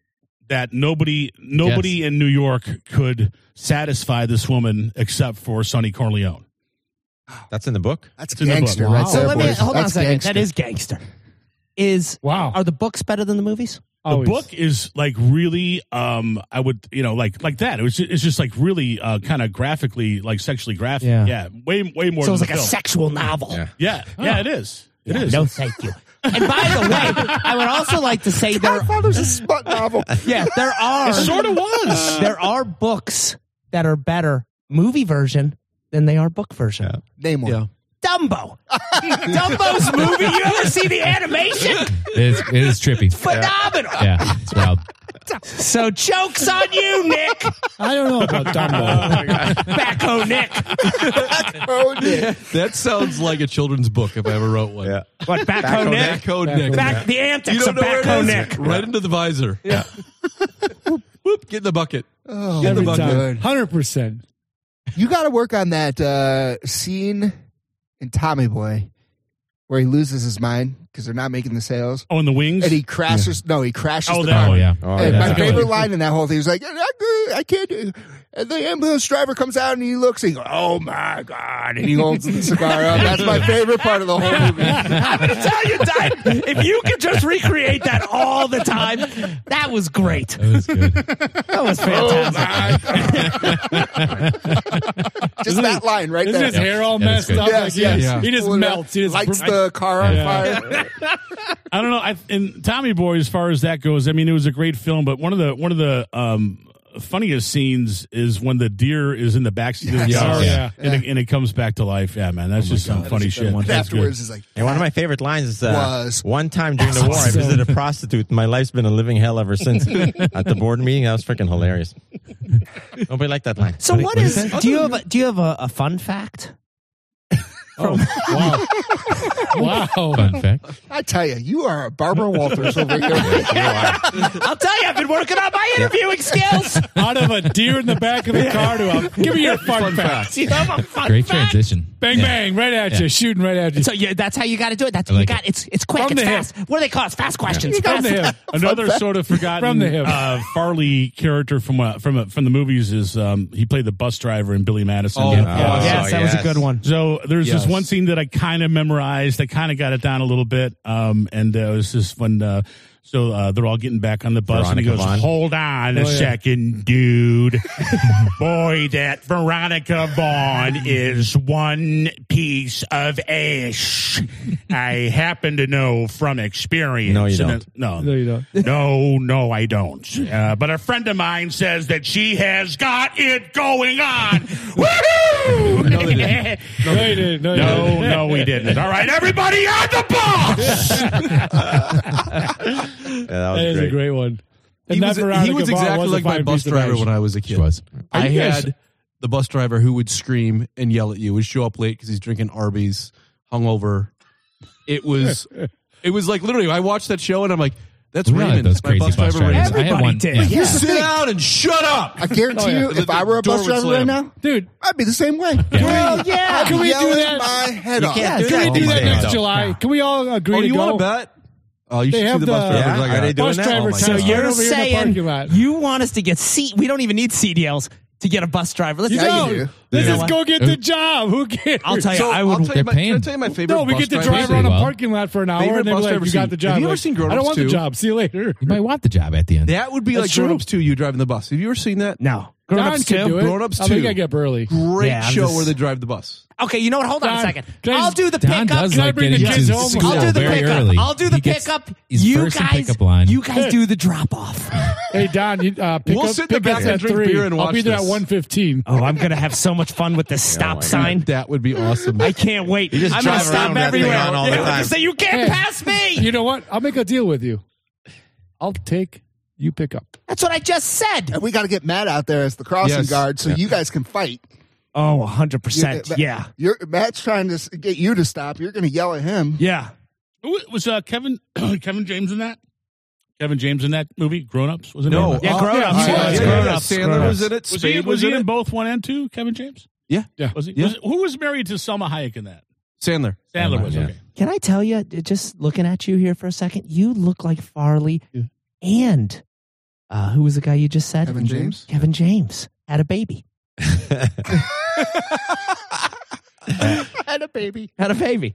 That nobody nobody in New York could satisfy this woman except for Sonny Corleone. That's in the book. That's in the book. gangster, Wow. right So there, let me boys. hold on a That's second. gangster. That is gangster. Is Wow. are the books better than the movies? The book is like really um I would you know like like that. It was just, it's just like really uh kind of graphically like sexually graphic. Yeah. Yeah. Way way more so it's like than the a film. sexual novel. Yeah. Yeah. Yeah, it is. It is. No, thank you. And by the way, I would also like to say there. Godfather's a smut novel. Yeah, there are. It sort of was. <laughs> there are books that are better movie version than they are book version. Name one. Yeah. Dumbo. Dumbo's movie. You ever see the animation? It is, it is trippy. Phenomenal. Yeah. It's wild. So jokes on you, Nick. I don't know about Dumbo. Backo Nick. Oh, yeah. That sounds like a children's book if I ever wrote one. Yeah. What Backo, Nick? Code neck. Back the antics of Backo Nick. Right into the visor. Yeah. whoop, whoop, get in the bucket. Oh, Every my time. God. 100%. You got to work on that uh, scene in Tommy Boy where he loses his mind because they're not making the sales, Oh, and the wings. and he crashes. No, he crashes. Oh, the that car. one. Oh, and yeah. my favorite line in that whole thing is like, I can't do. And the ambulance driver comes out and he looks and he goes, "Oh my god!" And he holds the cigar up. That's my favorite part of the whole <laughs> movie. I'm going to <laughs> tell you, Dime, if you could just recreate that all the time, that was great. That was good. That Oh was fantastic. Just that line right Isn't there. his hair all Yeah, that's messed good. up? Yes, Like, yeah. yes. He just Pulling up, melts. He just lights the car on Yeah. fire. I don't know. I, and Tommy Boy, as far as that goes, I mean, it was a great film. But one of the one of the um, funniest scenes is when the deer is in the backseat of the Yes. car Oh, yeah. Oh and, it, and it comes back to life. Yeah, man, that's just some funny shit. And That's good. afterwards, it's like, And one of my favorite lines is uh, Was. one time during the war, I visited <laughs> a prostitute. My life's been a living hell ever since. At the board meeting, that was freaking hilarious. Nobody liked that line. So what is? Do you have a, do you have a, a fun fact? Wow. wow. Fun fact. I tell you, you are a Barbara Walters over <laughs> here. <laughs> I'll tell you, I've been working on my interviewing <laughs> skills. Out of a deer in the back <laughs> of the car to a give me your fun, fact. Do you have a fun Great fact? transition. Bang Yeah. bang, right at you, shooting right at you. So yeah, that's how you got to do it. That's I you like got. It's it's quick. From it's the hip. fast. What do they call it? It's Fast questions. <laughs> From Fast. the hip. Another sort of forgotten From the hip. Uh, Farley character from uh, from uh, from the movies is um, he played the bus driver in Billy Madison. Oh, Yeah. yeah. <laughs> yes, Oh, that was a yes. good one. So there's Yes. this one scene that I kind of memorized. I kind of got it down a little bit, um, and uh, it was just when uh, so uh, they're all getting back on the bus, Veronica and he goes, Vaughn. Oh, "Hold on a yeah. second, dude. <laughs> Boy, that Veronica Vaughn is one piece of ash. I happen to know from experience. No, you don't. And it- no, No, you don't. <laughs> no, no, I don't. Uh, but a friend of mine says that she has got it <laughs> going on. Woohoo! No, they didn't. No, they didn't. No, they <laughs> No, didn't. no, we didn't. All right, everybody on the bus. Yeah, that was That is great. a great one. And He not was, he Veronica was Vaughn exactly was a like my fine bus piece of driver ash. when I was a She kid. was. I you guys- had the bus driver who would scream and yell at you. Would show up late because he's drinking Arby's, hungover. It was, it was like literally. I watched that show and I'm like, "That's We all had Raymond." those My crazy bus bus driver drivers. Raymond. I had one. Everybody did. yeah. Here's the Sit thing. down and shut up. I guarantee Oh, yeah. you, if I were a Door bus would driver right slam. now, Dude, I'd be the same way. Oh, Well, yeah. I'd Can be we do yelling that? My head off. can't can we Oh do my that God. next July? Can we all agree Oh, to you go? want to bet? Oh, you They should see have the bus the- driver. Yeah? Are they doing Bus that? driver Oh my So So God. Right over here you're in the saying parking lot. you want us to get seat? We don't even need CDLs to get a bus driver. Let's You Yeah, you don't. do. Let's Yeah. just go get the job. Who cares? I'll <laughs> tell you, So I I'll would. tell you They're my, can I paying. tell you my favorite No, we bus get the driver? driver on a Well, parking lot for an hour, favorite and they're bus like, driver "You got scene. the job." Have you Like, ever seen Grown I don't Ups want the 2? job. See you <laughs> later. You might want the job at the end. That would be That's like Grown true. Ups 2, you driving the bus. Have you ever seen that? No, grown Don ups can do too. it. Grown Ups I think 2. I get up early. Great Yeah, I'm show just- where they drive the bus. Okay, you know what? Hold on a Don- second. Don- I'll do the Don pickup. does Can I like bring getting the kids to home? school I'll do the very pickup. early. I'll do the He gets pickup. His You first in guys, pickup line. you guys do the drop off. Hey Don, you, uh, pick We'll up, sit in the pick us back and at drink three. beer and I'll watch be there this. at one fifteen. <laughs> Oh, I'm gonna have so much fun with this my Oh, stop God. sign. That would be awesome. I can't wait. You just I'm gonna drive around stop with that thing everywhere. on all the <laughs> Yeah, I'm gonna time. say you can't Hey. pass me. You know what? I'll make a deal with you. I'll take you pick up. That's what I just said. And we got to get Matt out there as the crossing Yes. guard so you guys can fight. Oh, 100 You- uh, percent. Ma- Yeah, You're, Matt's trying to s- get you to stop. You're going to yell at him. yeah. Who was uh, Kevin <coughs> Kevin James in that? Kevin James in that movie, Grown Ups was it? no, Yeah, uh, Grown Ups. he Yeah, was. it's Yeah, Grown yeah, Ups, Grown Sandler was in it. Was he, Spade was was he in in it. both one and two? Kevin James Yeah, yeah. was he? Yeah. Was it- who was married to Selma Hayek in that? Sandler. Sandler was yeah. okay. Can I tell you? Just looking at you here for a second, you look like Farley and uh, who was the guy you just said? Kevin James? Kevin James had a <laughs> baby. And a baby. Had a baby.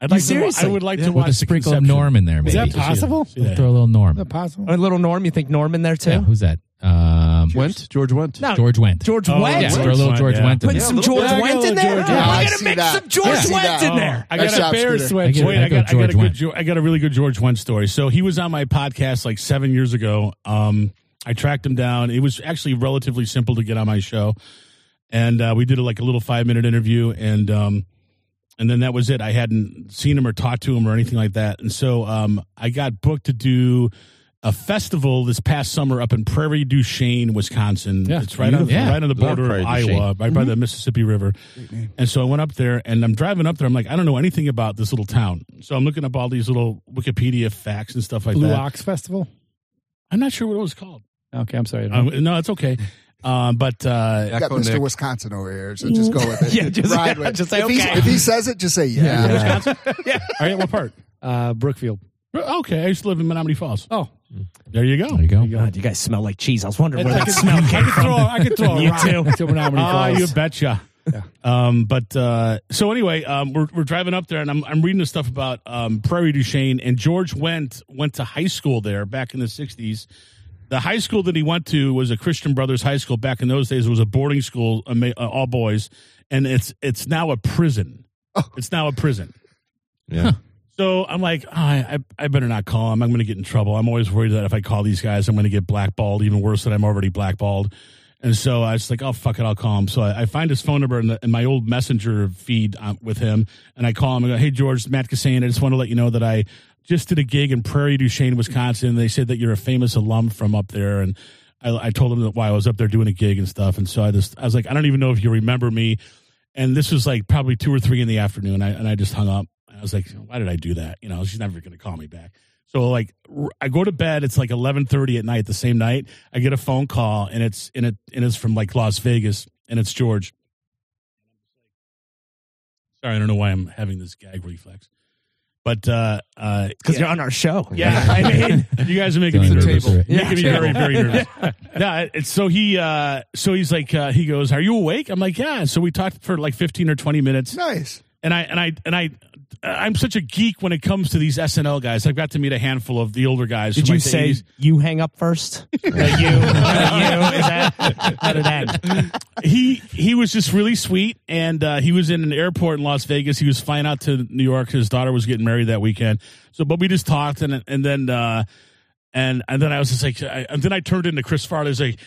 I'd like seriously? To, I would like to With watch a the sprinkle of conception. Norm in there, maybe. Is that possible? Is See that? Throw a little Norm. that possible? Or little Norm. You think Norm in there too? Yeah, who's that? Um, Went George Went. No, George Went. George Oh, Wendt. Yeah, Went. throw a little Went, George yeah. Went in Put there. some Yeah, George I got Wendt in little there. George We're Wendt. I gonna see mix that. some George I see Wendt that. in there. Oh, I got Nice a job, bear Scooter. sweat. I get it. Wait, I I go got, I, got George a good, Wendt. Jo- I got a really good George Wendt story. So he was on my podcast like seven years ago. Um, I tracked him down. It was actually relatively simple to get on my show, and uh, we did a, like a little five minute interview, and um, and then that was it. I hadn't seen him or talked to him or anything like that, and so um, I got booked to do. A festival this past summer up in Prairie du Chien, Wisconsin. Yeah, it's right on, beautiful. right on the Love border of Prairie du Chien. Mm-hmm. Iowa, right by the Mississippi River. And so I went up there and I'm driving up there. I'm like, I don't know anything about this little town. So I'm looking up all these little Wikipedia facts and stuff like Blue that. Ox Festival. I'm not sure what it was called. Okay, I'm sorry. I don't know. Uh, no, it's <laughs> okay. Um, but uh, You got Echo Mr. Nick. Wisconsin over here, so just go with it. Yeah, just- Ride with it. just say, if, he, okay. if he says it, just say yeah. Wisconsin? All right, what part? Uh, Brookfield. Oh, Okay, I used to live in Menominee Falls. Oh, There you go. There you go. God, you guys smell like cheese. I was wondering where I that could- smell I came <laughs> could throw, from. I could throw a You rock. <laughs> too. to <laughs> Menominee Ah, Falls. you betcha. Um, but uh, so anyway, um, we're we're driving up there, and I'm I'm reading this stuff about um, Prairie du Chien, and George went went to high school there back in the '60s. The high school that he went to was a Christian Brothers high school. Back in those days, it was a boarding school, a ma- uh, all boys, and it's it's now a prison. It's now a prison. Yeah. So I'm like, "Ah, I, I better not call him. I'm going to get in trouble. I'm always worried that if I call these guys, I'm going to get blackballed, even worse than I'm already blackballed. And so I was like, oh, fuck it, I'll call him. So I, I find his phone number in, the, in my old messenger feed um, with him, and I call him and go, hey, George, Matt Cassan, I just want to let you know that I just did a gig in Prairie du Chien, Wisconsin. They said that you're a famous alum from up there. And I, I told him that why I was up there doing a gig and stuff. And so I just, I was like, I don't even know if you remember me. And this was like probably two or three in the afternoon. I, and I just hung up. And I was like, why did I do that? You know, she's never going to call me back. So like, r- I go to bed. It's like 1130 at night, the same night I get a phone call and it's, and it, and it's from like Las Vegas and it's George. Sorry. I don't know why I'm having this gag reflex, but, uh, uh, because you're on our show. yeah, I mean, you guys are making me It's a nervous. table. Making me very, very <laughs> nervous. Yeah, it's- so he, uh, so he's like, uh, he goes, "Are you awake?" I'm like, "Yeah." So we talked for like 15 or 20 minutes, Nice. and I, and I, and I, I'm such a geek when it comes to these SNL guys. I've got to meet a handful of the older guys. Did from, you like, the say 80s. you hang up first? Uh, you, uh, you, is that how did that end? he he was just really sweet, and uh, he was in an airport in Las Vegas. He was flying out to New York. His daughter was getting married that weekend. So, but we just talked, and and then uh, and and then I was just like, I, and then I turned into Chris Farley. I was like.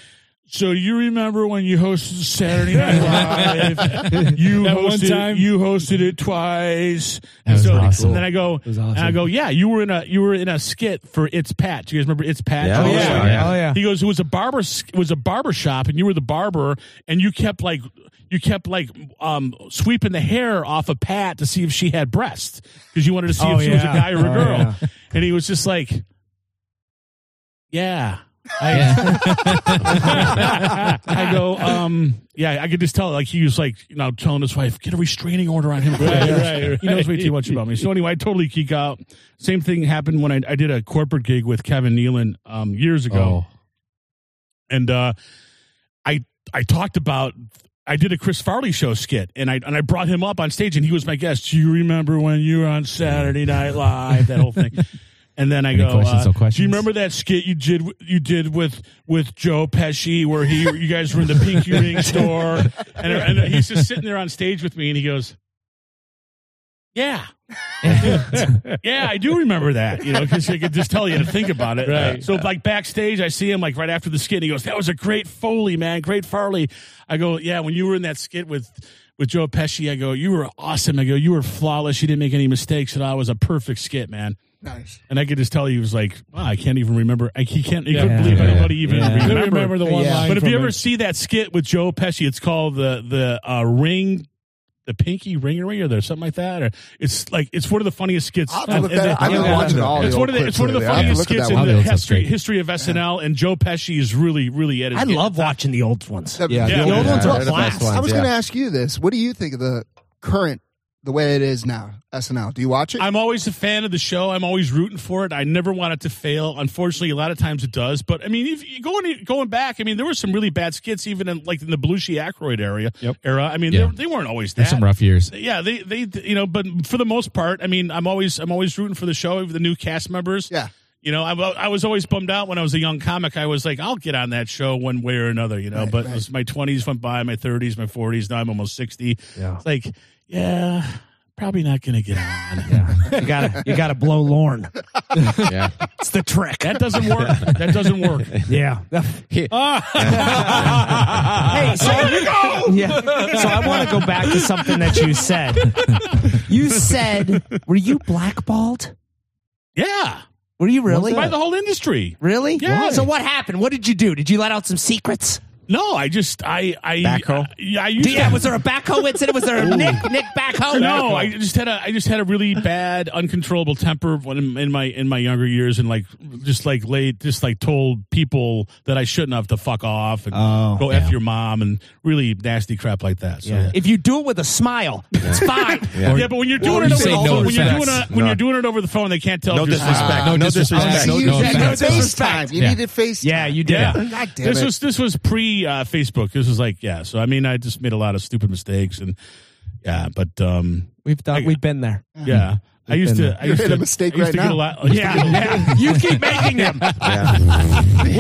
So you remember when you hosted Saturday Night <laughs> Live? You That one hosted time? you hosted it twice. and was so awesome. and then I go was awesome. and I go, yeah, you were in a you were in a skit for It's Pat. Do you guys remember It's Pat? Yeah. Oh, yeah. so- Oh, yeah. Oh, yeah. He goes, it was a barber it was a barber shop, and you were the barber, and you kept like you kept like um sweeping the hair off of Pat to see if she had breasts because you wanted to see Oh, if she was a yeah. guy or a Oh, girl, yeah. and he was just like, yeah. <laughs> I, I go, um, yeah, I could just tell. Like he was like, you know, telling his wife, get a restraining order on him. He knows way too much about me. So anyway, I totally geek out. Same thing happened when I, I did a corporate gig with Kevin Nealon um, years Oh. Oh, ago, and uh, I I talked about. I did a Chris Farley show skit, and I and I brought him up on stage, and he was my guest. Do you remember when you were on Saturday Night Live? That whole <laughs> thing. And then I go, questions? uh, No do you questions? remember that skit you did you did with with Joe Pesci where he you guys were in the pinky <laughs> ring store and, and he's just sitting there on stage with me and he goes, yeah. yeah, I do remember that, you know, because I could just tell you to think about it. Right. So, like, backstage, I see him, like, right after the skit, and he goes, That was a great Foley, man, great Farley. I go, Yeah, when you were in that skit with, with Joe Pesci, I go, You were awesome. I go, You were flawless. You didn't make any mistakes. And I was a perfect skit, man. Nice. And I could just tell he was like, wow, I can't even remember. I, he can't, he couldn't believe anybody even Yeah. remembered. Couldn't remember the one line But if from you ever it. see that skit with Joe Pesci, it's called the, the, uh, ring, the pinky ring or ring or there's something like that. Or it's like, it's one of the funniest skits. I'll have to look And that the- up. I've been yeah. watching all the it's old one of the clips it's one of the lately. I'll have to look funniest at skits that in one. the Wild Oats, that's history great. history of SNL, and Joe Pesci is really really at his. I love watching the old ones. Yeah, the old ones are the a blast. best ones, I was yeah. going to ask you this. What do you think of the current, the way it is now, SNL? Do you watch it? I'm always a fan of the show. I'm always rooting for it. I never want it to fail. Unfortunately, a lot of times it does. But I mean, if you going going back, I mean, there were some really bad skits even in like in the Belushi Ackroyd area era. I mean, Yeah. they, they weren't always that. There's some rough years. yeah, they they you know, but for the most part, I mean, I'm always I'm always rooting for the show, the new cast members. yeah. You know, I, I was always bummed out when I was a young comic. I was like, I'll get on that show one way or another, you know. but as my 20s went by, my 30s, my 40s. Now I'm almost 60. Yeah. It's like, yeah, probably not going to get on. <laughs> Yeah. You gotta you gotta blow Lorne. Yeah. It's the trick. That doesn't work. That doesn't work. <laughs> Yeah. hey, so Yeah. <laughs> So I want to go back to something that you said. You said, were you blackballed? Yeah. Were you really? By the whole industry. Really? Yeah. So what happened? What did you do? Did you let out some secrets? No, I just, I, I, Backhoe? Yeah, I used Did, yeah. to- Was there a backhoe incident? Was there a Nick Nick <laughs> backhoe? No, I just had a I just had a really bad uncontrollable temper when in, in my in my younger years and like just like late just like told people that I shouldn't have to fuck off and go f your mom and really nasty crap like that. So yeah. If you do it with a smile, it's fine. Yeah, but when you're doing Or it you over say the no phone, when you're offense. doing it when No. you're doing it over the phone, they can't tell. No if you're- disrespect. No disrespect. See, No, you no had offense. FaceTime. You Yeah. needed FaceTime. Yeah, you did. Yeah. it. God damn this it. was this was pre uh, Facebook. This was like yeah. So I mean, I just made a lot of stupid mistakes and yeah, but um, We've done. We've been there. yeah. I used to. I used made to, Mm-hmm. a mistake I used right to get now. A lot, I used to Yeah, get a lot- yeah. You keep making them.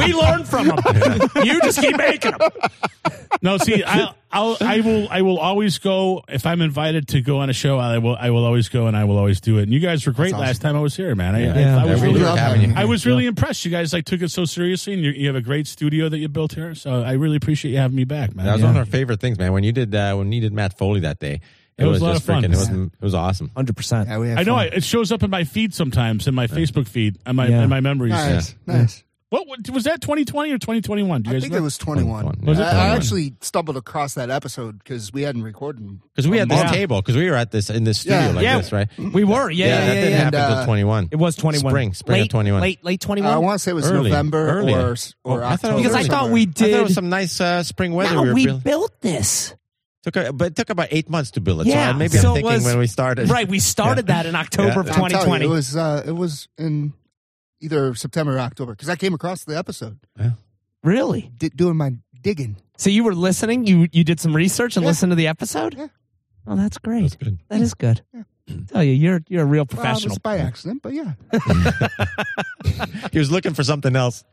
We learn from them. You just keep making them. No, see, I, I'll, I will, I will always go if I'm invited to go on a show. I will, I will always go, and I will always do it. And you guys were great last time I was here, man. I, I- Yeah, I, was we really, love having you. I was really impressed. You guys like took it so seriously, and you, you have a great studio that you built here. So I really appreciate you having me back, man. That was Yeah. one of our favorite things, man. When you did uh, when you did Matt Foley that day, it, It was was, a lot just of fun. freaking. It was it was awesome. Hundred percent. Yeah, we have I know I, fun. it shows up in my feed sometimes in my Facebook feed and my Yeah. in my memories. Nice, nice. What what- was that? Twenty twenty or twenty twenty one? Do you I guys think know? it was 21. 21, Was it I- I, 21? actually stumbled across that episode because we hadn't recorded. in Because we a had this month. table. Because we were at this in this studio Yeah. like Yeah. this, right? Yeah, We were. Yeah, yeah, that yeah. didn't yeah. happen And, until uh, twenty one. It was 21. Spring, spring of late, 21. Late, late 21. I want to say it was Early, November early. or or Oh, I thought it October. was because I early. thought we I thought it did. was some nice uh, spring weather. no, we were we building. built this. Took a, but it took about eight months to build it. Yeah, So maybe so I'm it thinking was- when we started. <laughs> Right, we started that in October of Yeah. I'm telling 2020. you, it was uh, it was in either September or October because I came across the episode really? di- doing my digging. So you were listening. You you did some research and Yeah. listened to the episode. Yeah. Oh, that's great. That's good. That is good. Tell you, you're you're a real Well, it professional. was by accident, but yeah. He was looking for something else.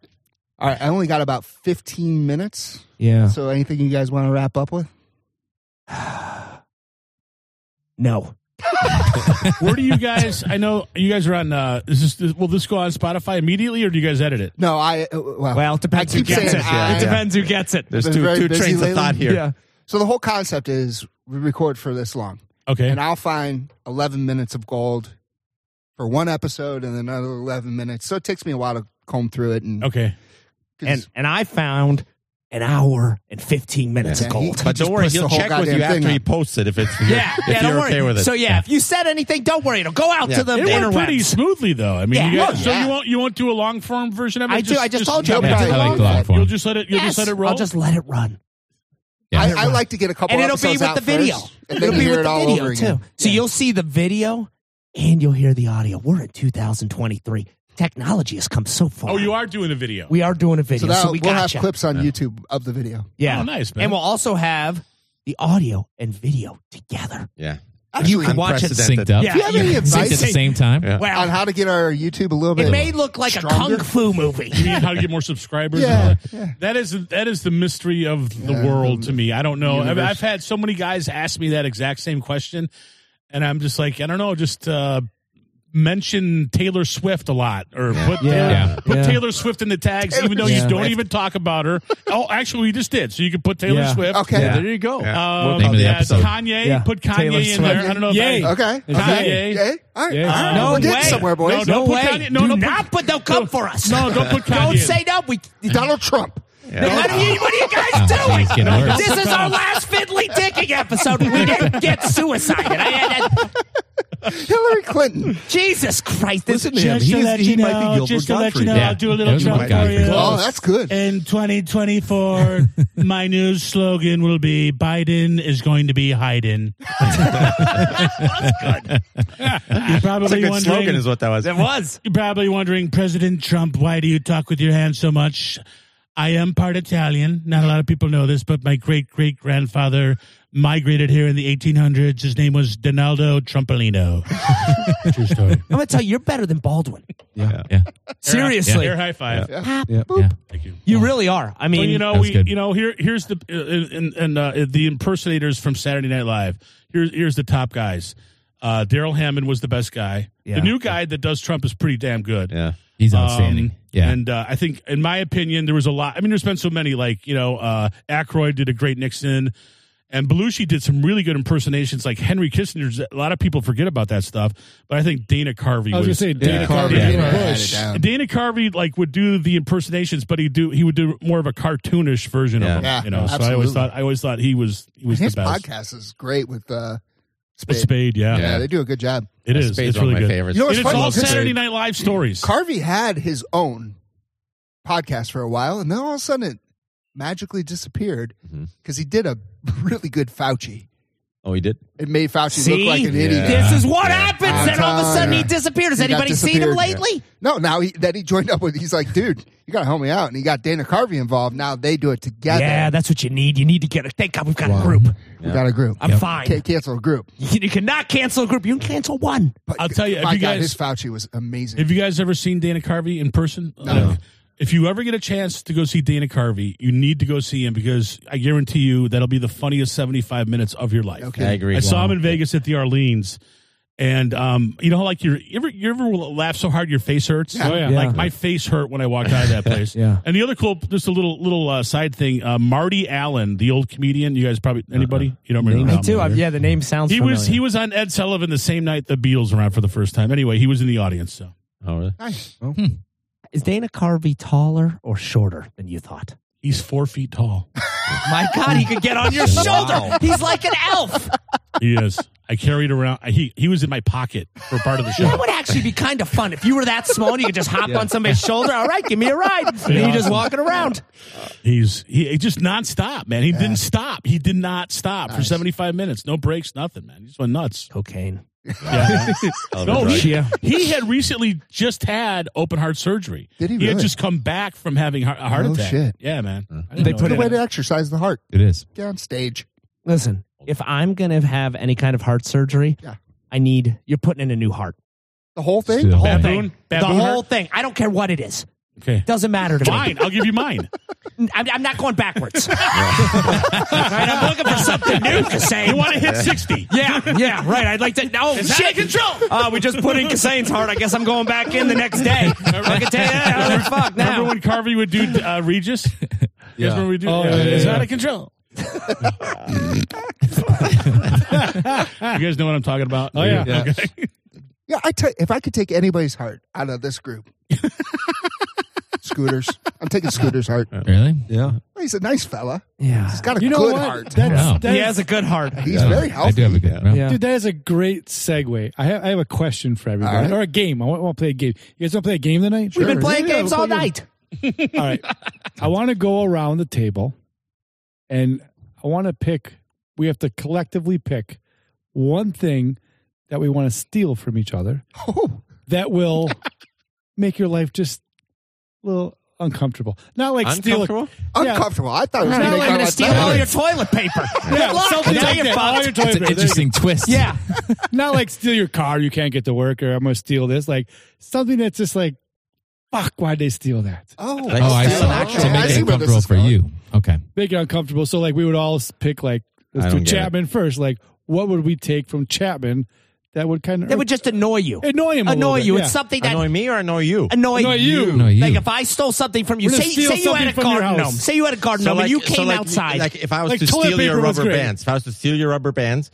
All right, I only got about 15 minutes. yeah. So anything you guys want to wrap up with? No. Where do you guys? I know you guys are on. Uh, is this will this go on Spotify immediately, or do you guys edit it? No, I uh, well, Well, it depends I who keep gets it. saying I- it depends who gets it. There's Been two very two busy trains lately. of thought here. Yeah. So the whole concept is we record for this long, Okay, and I'll find 11 minutes of gold for one episode, and another 11 minutes. So it takes me a while to comb through it. And okay. 'cause- And and I found an hour and 15 minutes Yeah, of he- gold. But just don't worry, pushed he'll the whole check with goddamn you after thing he up. posts it if it's <laughs> yeah, if yeah, you're don't worry. okay with it. So yeah, if you said anything, don't worry. It'll go out Yeah. to the It went pretty interwebs. smoothly, though. I mean, you Yeah. guys, Oh, so yeah. you won't you won't do a long form version of it. I do. I just told you. Yeah, I'm but gonna I do like it. the long You'll just let it. You'll Yes, just let it roll. I'll just let it run. I, I like to get a couple and it'll be episodes with out the video. first, and then It'll be hear with it the all video over too. again. So you'll see the video and you'll hear the audio. We're in 2023. Technology has come so far. oh, you are doing the video. We are doing a So, video, so, that, we we'll got have clips on YouTube of the video. Yeah, Oh, nice, man. And we'll also have the audio and video together. yeah. Actually, can watch it Unprecedented. synced up Yeah. do you have any synced at the advice same time. Yeah. Wow. on how to get our YouTube a little bit? it may look like stronger? a kung fu movie. You mean how to get more subscribers? and all yeah, that? yeah. That is that is the mystery of the Yeah, world the to me. I don't know. I've, universe. I've had so many guys ask me that exact same question, and I'm just like, I don't know. Just uh, mention Taylor Swift a lot, or put Taylor, Yeah. put Yeah. Taylor Swift in the tags, even though you don't even talk about her. Oh, actually, we just did. So you could put Taylor Yeah. Swift. Okay. There you go. Um, Name of the yeah, episode. Kanye. Yeah. Put Kanye Taylor in Swift. there. I don't know. If Yay. that- Okay. Kanye. Okay. All right. Yeah. All right. No We're getting way. somewhere, boys. No, No don't put way. Kanye- no, Do no, put- not, but they'll come for us. No, don't put Kanye. Don't in. say no. We. Donald Trump. What, are you, what are you Oh, guys geez, doing? getting worse. This is our last fiddly dicking episode. We didn't get suicided. I had that- Hillary Clinton. Jesus Christ! This Listen to him. He, is, he might be Gilbert Godfrey. Yeah. It was Mike Godfrey. Oh, that's good. In <laughs> 2024, my news slogan will be Biden is going to <laughs> be hiding. You're That's a probably good wondering. slogan, is what that was. It was. you're probably wondering, President Trump, why do you talk with your hands so much? I am part Italian. Not a lot of people know this, but my great great grandfather migrated here in the 1800s. His name was Donaldo Trumpolino. True story. I'm gonna tell you, you're better than Baldwin. Yeah. yeah. Seriously, Air high five. yeah. Thank you. you really are. I mean, Well, you know, That was we, good. you know, here, here's the uh, and, and uh, the impersonators from Saturday Night Live. Here's here's the top guys. Uh, Daryl Hammond was the best guy. Yeah. The new guy that does Trump is pretty damn good. Yeah. He's Um, outstanding. yeah. and uh, I think, in my opinion, there was a lot. I mean, there's been so many. Like, you know, uh, Aykroyd did a great Nixon, and Belushi did some really good impersonations. Like Henry Kissinger's. A lot of people forget about that stuff, but I think Dana Carvey I was going to was say Dana Carvey. Yeah. and Yeah. Bush. Yeah. Dana Carvey like would do the impersonations, but he do he would do more of a cartoonish version Yeah. of them. Yeah, You know, so I always absolutely. thought I always thought he was he was His the best. podcast is great with uh, But Spade. Spade, yeah, Yeah, they do a good job. it is. Spade's It's one of really my good. favorites. You know And what's it's funny? all about Spade? Saturday Night Live stories. Carvey had his own podcast for a while, and then all of a sudden it magically disappeared Mhm. because he did a really good Fauci. oh, he did. It made Fauci See? look like an idiot. this is what happens. I'm and all of a telling sudden, he you. disappeared. Has He got anybody seen him disappeared. lately? No, now he, that he joined up with, he's like, dude, you got to help me out. And he got Dana Carvey involved. Now they do it together. that's what you need. You need to get a. Thank God we've got a group. we got a group. I'm fine. Can't cancel a group. You, can- you cannot cancel a group. You can cancel one. But I'll tell you, if my you God, guys- his Fauci was amazing. Have you guys ever seen Dana Carvey in person? No. If you ever get a chance to go see Dana Carvey, you need to go see him because I guarantee you that'll be the funniest 75 minutes of your life. Okay. I agree. I saw him in Vegas at the Arlene's, and um, you know how like you're, you ever you ever laugh so hard your face hurts. Yeah. Oh, yeah. like my face hurt when I walked out of that place. Yeah. And the other cool, just a little little uh, side thing. Uh, Marty Allen, the old comedian. You guys probably anybody you don't remember? Me too. I've, yeah, the name sounds. He familiar. was he was on Ed Sullivan the same night the Beatles were on for the first time. Anyway, he was in the audience. So Oh, really? Is Dana Carvey taller or shorter than you thought? he's four feet tall. My God, he could get on your shoulder. He's like an elf. he is. I carried around. He he was in my pocket for part of the show. <laughs> That would actually be kind of fun if you were that small and you could just hop on somebody's shoulder. All right, give me a ride. <laughs> And then you're just walking around. He's he he just nonstop, man. He didn't stop. He did not stop for Nice. 75 minutes. No breaks, nothing, man. He just went nuts. Cocaine. Yeah. Oh, no, right. he, he had recently just had open heart surgery. Did he He had really? just come back from having heart, a heart Oh, attack. shit. Yeah, man. I didn't They know put Good that. way to exercise the heart. It is. Get on stage. Listen, if I'm going to have any kind of heart surgery, Yeah. I need, you're putting in a new heart. The whole thing? Still. The whole Bad thing. Baboon? The Baboon whole heart? thing. I don't care what it is. Okay. Doesn't matter to me. Mine. I'll give <laughs> you mine. I'm, I'm not going <laughs> backwards. right, I'm looking for something new, Kassane. You want to hit 60. Yeah, yeah, right. I'd like to. No, It's shit. out of control. Uh, we just put in Kassane's heart. I guess I'm going back in the next <laughs> day. I can tell you that. I don't give a fuck Remember now. when Carvey would do uh, Regis? You guys remember we do? Oh, yeah, It's yeah, out yeah. of control. you guys know what I'm talking about? Oh, yeah. Okay. Yeah, I tell if I could take anybody's heart out of this group. <laughs> Scooters. I'm taking Scooter's heart. Really? Yeah. He's a nice fella. yeah. He's got a You know good what? heart. That's, Wow. that's, he has a good heart. He's very I do healthy. have a good. Yeah. Yeah. Dude, that is a great segue. I have, I have a question for everybody, All right. or a game. I want, to play a game. You guys want to play a game tonight? We've been playing Yeah, games we'll all play a game. night. All right. I want to go around the table and I want to pick, we have to collectively pick one thing that we want to steal from each other Oh, that will make your life just a little uncomfortable. Not like steal. Uncomfortable? Yeah. uncomfortable. I thought it was Now going to I'm going make my to life steal better. all your toilet paper. <laughs> Yeah, Good luck. something Now like you're that. fucked. All your It's toilet an paper. There you interesting twist. Yeah. not like steal your car, you can't get to work, or I'm going to steal this. Like something that's just like, fuck, why'd they steal that? Oh, Like Oh, I Steal see. an okay. action. To I make it see where this uncomfortable is for going. you. Okay. Make it uncomfortable. So, like, we would all pick, like, I let's don't do get it. Chapman first. Like, what would we take from Chapman that would kind of That would just annoy you. annoy him? a little Annoy bit, you. yeah. It's something that Annoy me or annoy you? annoy, Annoy you. No, you. Like if I stole something from you, We're gonna say, steal say you had something a from your garden house. gnome. Say you had a garden gnome and you came like, outside. Like if I was Like to toilet steal your paper was rubber great. bands, if I was to steal your rubber bands,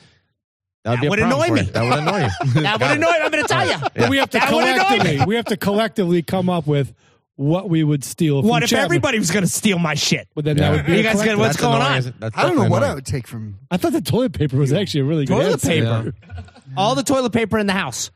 that would That be a would problem annoy for me. it. That would annoy you. that would Got it. annoy. I'm going to tell you. But we have to That would annoy collectively. We have to collectively come up with what we would steal. From What if Chapman. everybody was going to steal my shit? Well, then Yeah. that would be. You a guys collective. gonna- what's That's going annoying, on? is it? That's I don't know definitely what I annoying. would take from. I thought the toilet paper was actually a really good Toilet answer. paper. All the toilet paper in the house.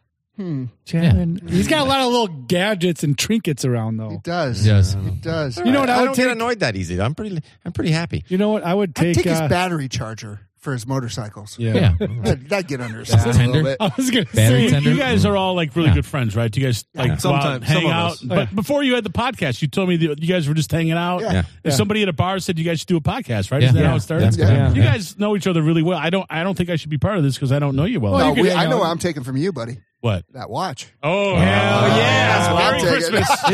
Chapman. He's got a lot of little gadgets and trinkets around though. It does. Yes. It does. You know what I I would don't take? get annoyed that easy. though. I'm pretty. I'm pretty happy. You know what I would I'd take? take his uh, battery charger for his motorcycles. Yeah. That, that'd get under his skin a tender. little <laughs> bit. <laughs> I was gonna Battery say. tender. You guys are all like really Yeah. good friends, right? You guys like go out and Sometimes, hang some of out. us. But Yeah. before you had the podcast, you told me that you guys were just hanging out. Yeah. Yeah. If Yeah. somebody at a bar said you guys should do a podcast, right? Yeah. Isn't that Yeah. how it started? That's Yeah. correct. You Yeah. guys know each other really well. I don't. I don't think I should be part of this because I don't know you well. Well, No, you could we, hang I know out. what I'm taking from you, buddy. what? That watch. Oh Uh, hell yeah! I'll Merry take it. Christmas. <laughs> <laughs>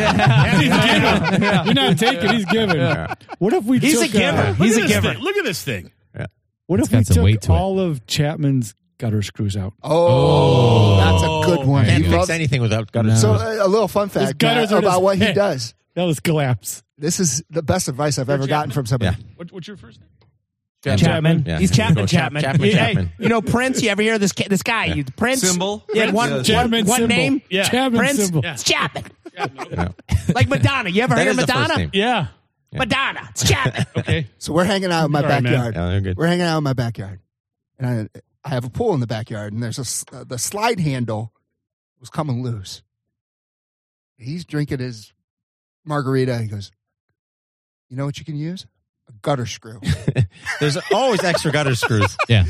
You're not taking. He's giving. What if we? He's a took, giver. uh, Look He's at a this giver. thing. Look at this thing. what It's if we got some weight took to it. all of Chapman's gutter screws out? Oh, that's a good one. Can't He fix loves- anything without gutters. so uh, a little fun fact gutters Matt, are about just- what he does. That was collapse. This is the best advice I've ever gotten from somebody. What, what's your first name? Chapman. Yeah. He's Go Chapman. Chap- Chapman. Chapman, Hey, Chapman. you know Prince? You ever hear this? Ki- this guy, you, Prince. Symbol? Yeah, Prince, one, yeah. one- Chapman one symbol. name. Yeah. Chapman Prince. symbol. It's Chapman. Yeah. <laughs> Like Madonna. You ever That heard of is the first Madonna? name. Yeah. Madonna. It's Chapman. Okay. So we're hanging out in my All right, man. backyard. Yeah, they're good. We're hanging out in my backyard, and I, I have a pool in the backyard, and there's a s- uh, the slide handle was coming loose. He's drinking his margarita. He goes, "You know what you can use? A gutter screw." There's always extra gutter screws. Yeah.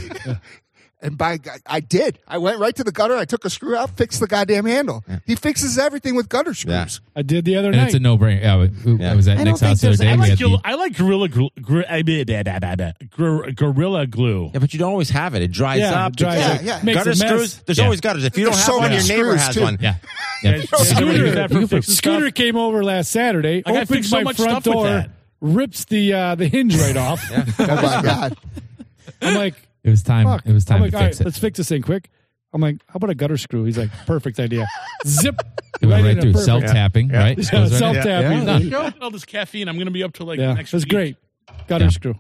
And by God, I did. I went right to the gutter. I took a screw out, fixed the goddamn handle. He fixes everything with gutter screws. I did the other And night. it's a no-brainer. Yeah, we- I was at I Nick's don't house the think other day. I we like, had gor- the- I like gorilla eh, glue, gr- I mean, da, da, da, da, gor- gorilla glue. Yeah, but you don't always have it. It dries Yeah, up. it dries Because up. Yeah, yeah. Makes Gutter a mess. screws. There's Yeah. always gutters. If you don't There's have so one, many your neighbor screws, has too. one. yeah. yeah. Scooter. Scooter, that <laughs> for fixing Scooter stuff. came over last Saturday. I gotta opened fix so my much front stuff with door, that. rips the uh, the hinge right off. <laughs> Oh my God. I'm like, It was time. fuck. It was time I'm like, to all fix right, it. Let's fix this thing quick. I'm like, how about a gutter screw? He's like, perfect idea. Zip <laughs> It went right in a through perfect- self <laughs> tapping, right? Yeah, Just goes right in. self Yeah, tapping. there Yeah, you go. All this caffeine, I'm going to be up till like yeah. next it was week. great. Gutter Yeah. screw. Are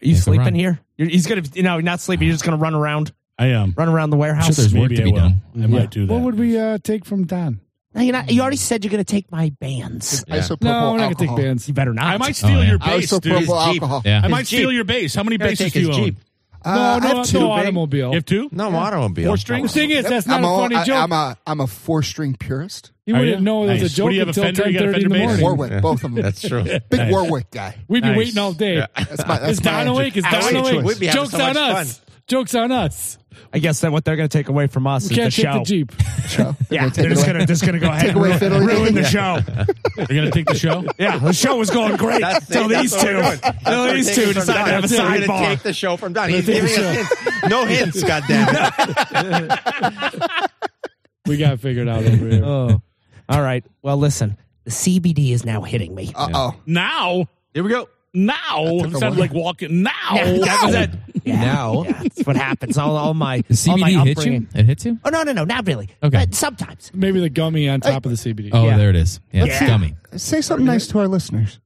you Make a sleeping run. here? You're, he's gonna, you know, not sleeping. You're just gonna run around, I am. run around the I'm warehouse. sure there's work Maybe to I be will. done. I might Yeah. do that. What would we uh, take from Don? No, you're not, you already said you're gonna take my bands. Isopropyl No, we're not alcohol. gonna take bands. You better not. I might steal Oh, yeah. your base, dude. Isopropyl His Jeep. alcohol. Yeah. I might Jeep. steal your base. How many You gotta bases take do you his own? Jeep. No, Uh, I Oh, no, have two. no automobile. You have two? No automobile. Four strings? Thing is, that's not I'm a funny I, joke. I'm a I'm a four string purist. You Are wouldn't you? know it was Nice. a joke What do you have, a until Fender? You got a 10:30 in the Fender bass? morning. Warwick, both of them. That's true. Big Nice. Warwick guy. We'd be Nice. waiting all day. That's my. That's Is my Don awake? Is Don Actually, awake? we'd be having Jokes so on much us. Jokes on us. I guess that what they're gonna take away from us is Can't the take show. the Jeep. Show. They're Yeah, gonna take they're it just away. gonna just gonna <laughs> go ahead and away ruin, fiddly ruin the diddly. show. You're going to take the show? <laughs> Yeah, the show was going great until these two, until these two decided to have a We're going to take sidebar. the show from Don. He's giving us hints. No <laughs> hints, goddammit. We got it figured out over <laughs> here. Oh, all right. Well, listen, the CBD is now hitting me. Uh oh. Now? Here we go. Now? took a It sounded while. like walking. <laughs> Now? that was it. Yeah, Now? yeah, that's what happens. All, all my The all Oh, my CBD hits you? upbringing. It hits you? Oh no, no, no, not really. Okay. but sometimes. Maybe the gummy on top of the CBD. Oh, Yeah. there it is. Yeah, it's Yeah. gummy. Say something nice to our listeners.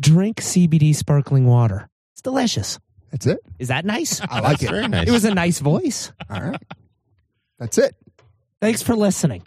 drink CBD sparkling water. It's delicious. That's it. Is that <laughs> nice? I like it. Very nice. It was a nice voice. All right. That's it. Thanks for listening.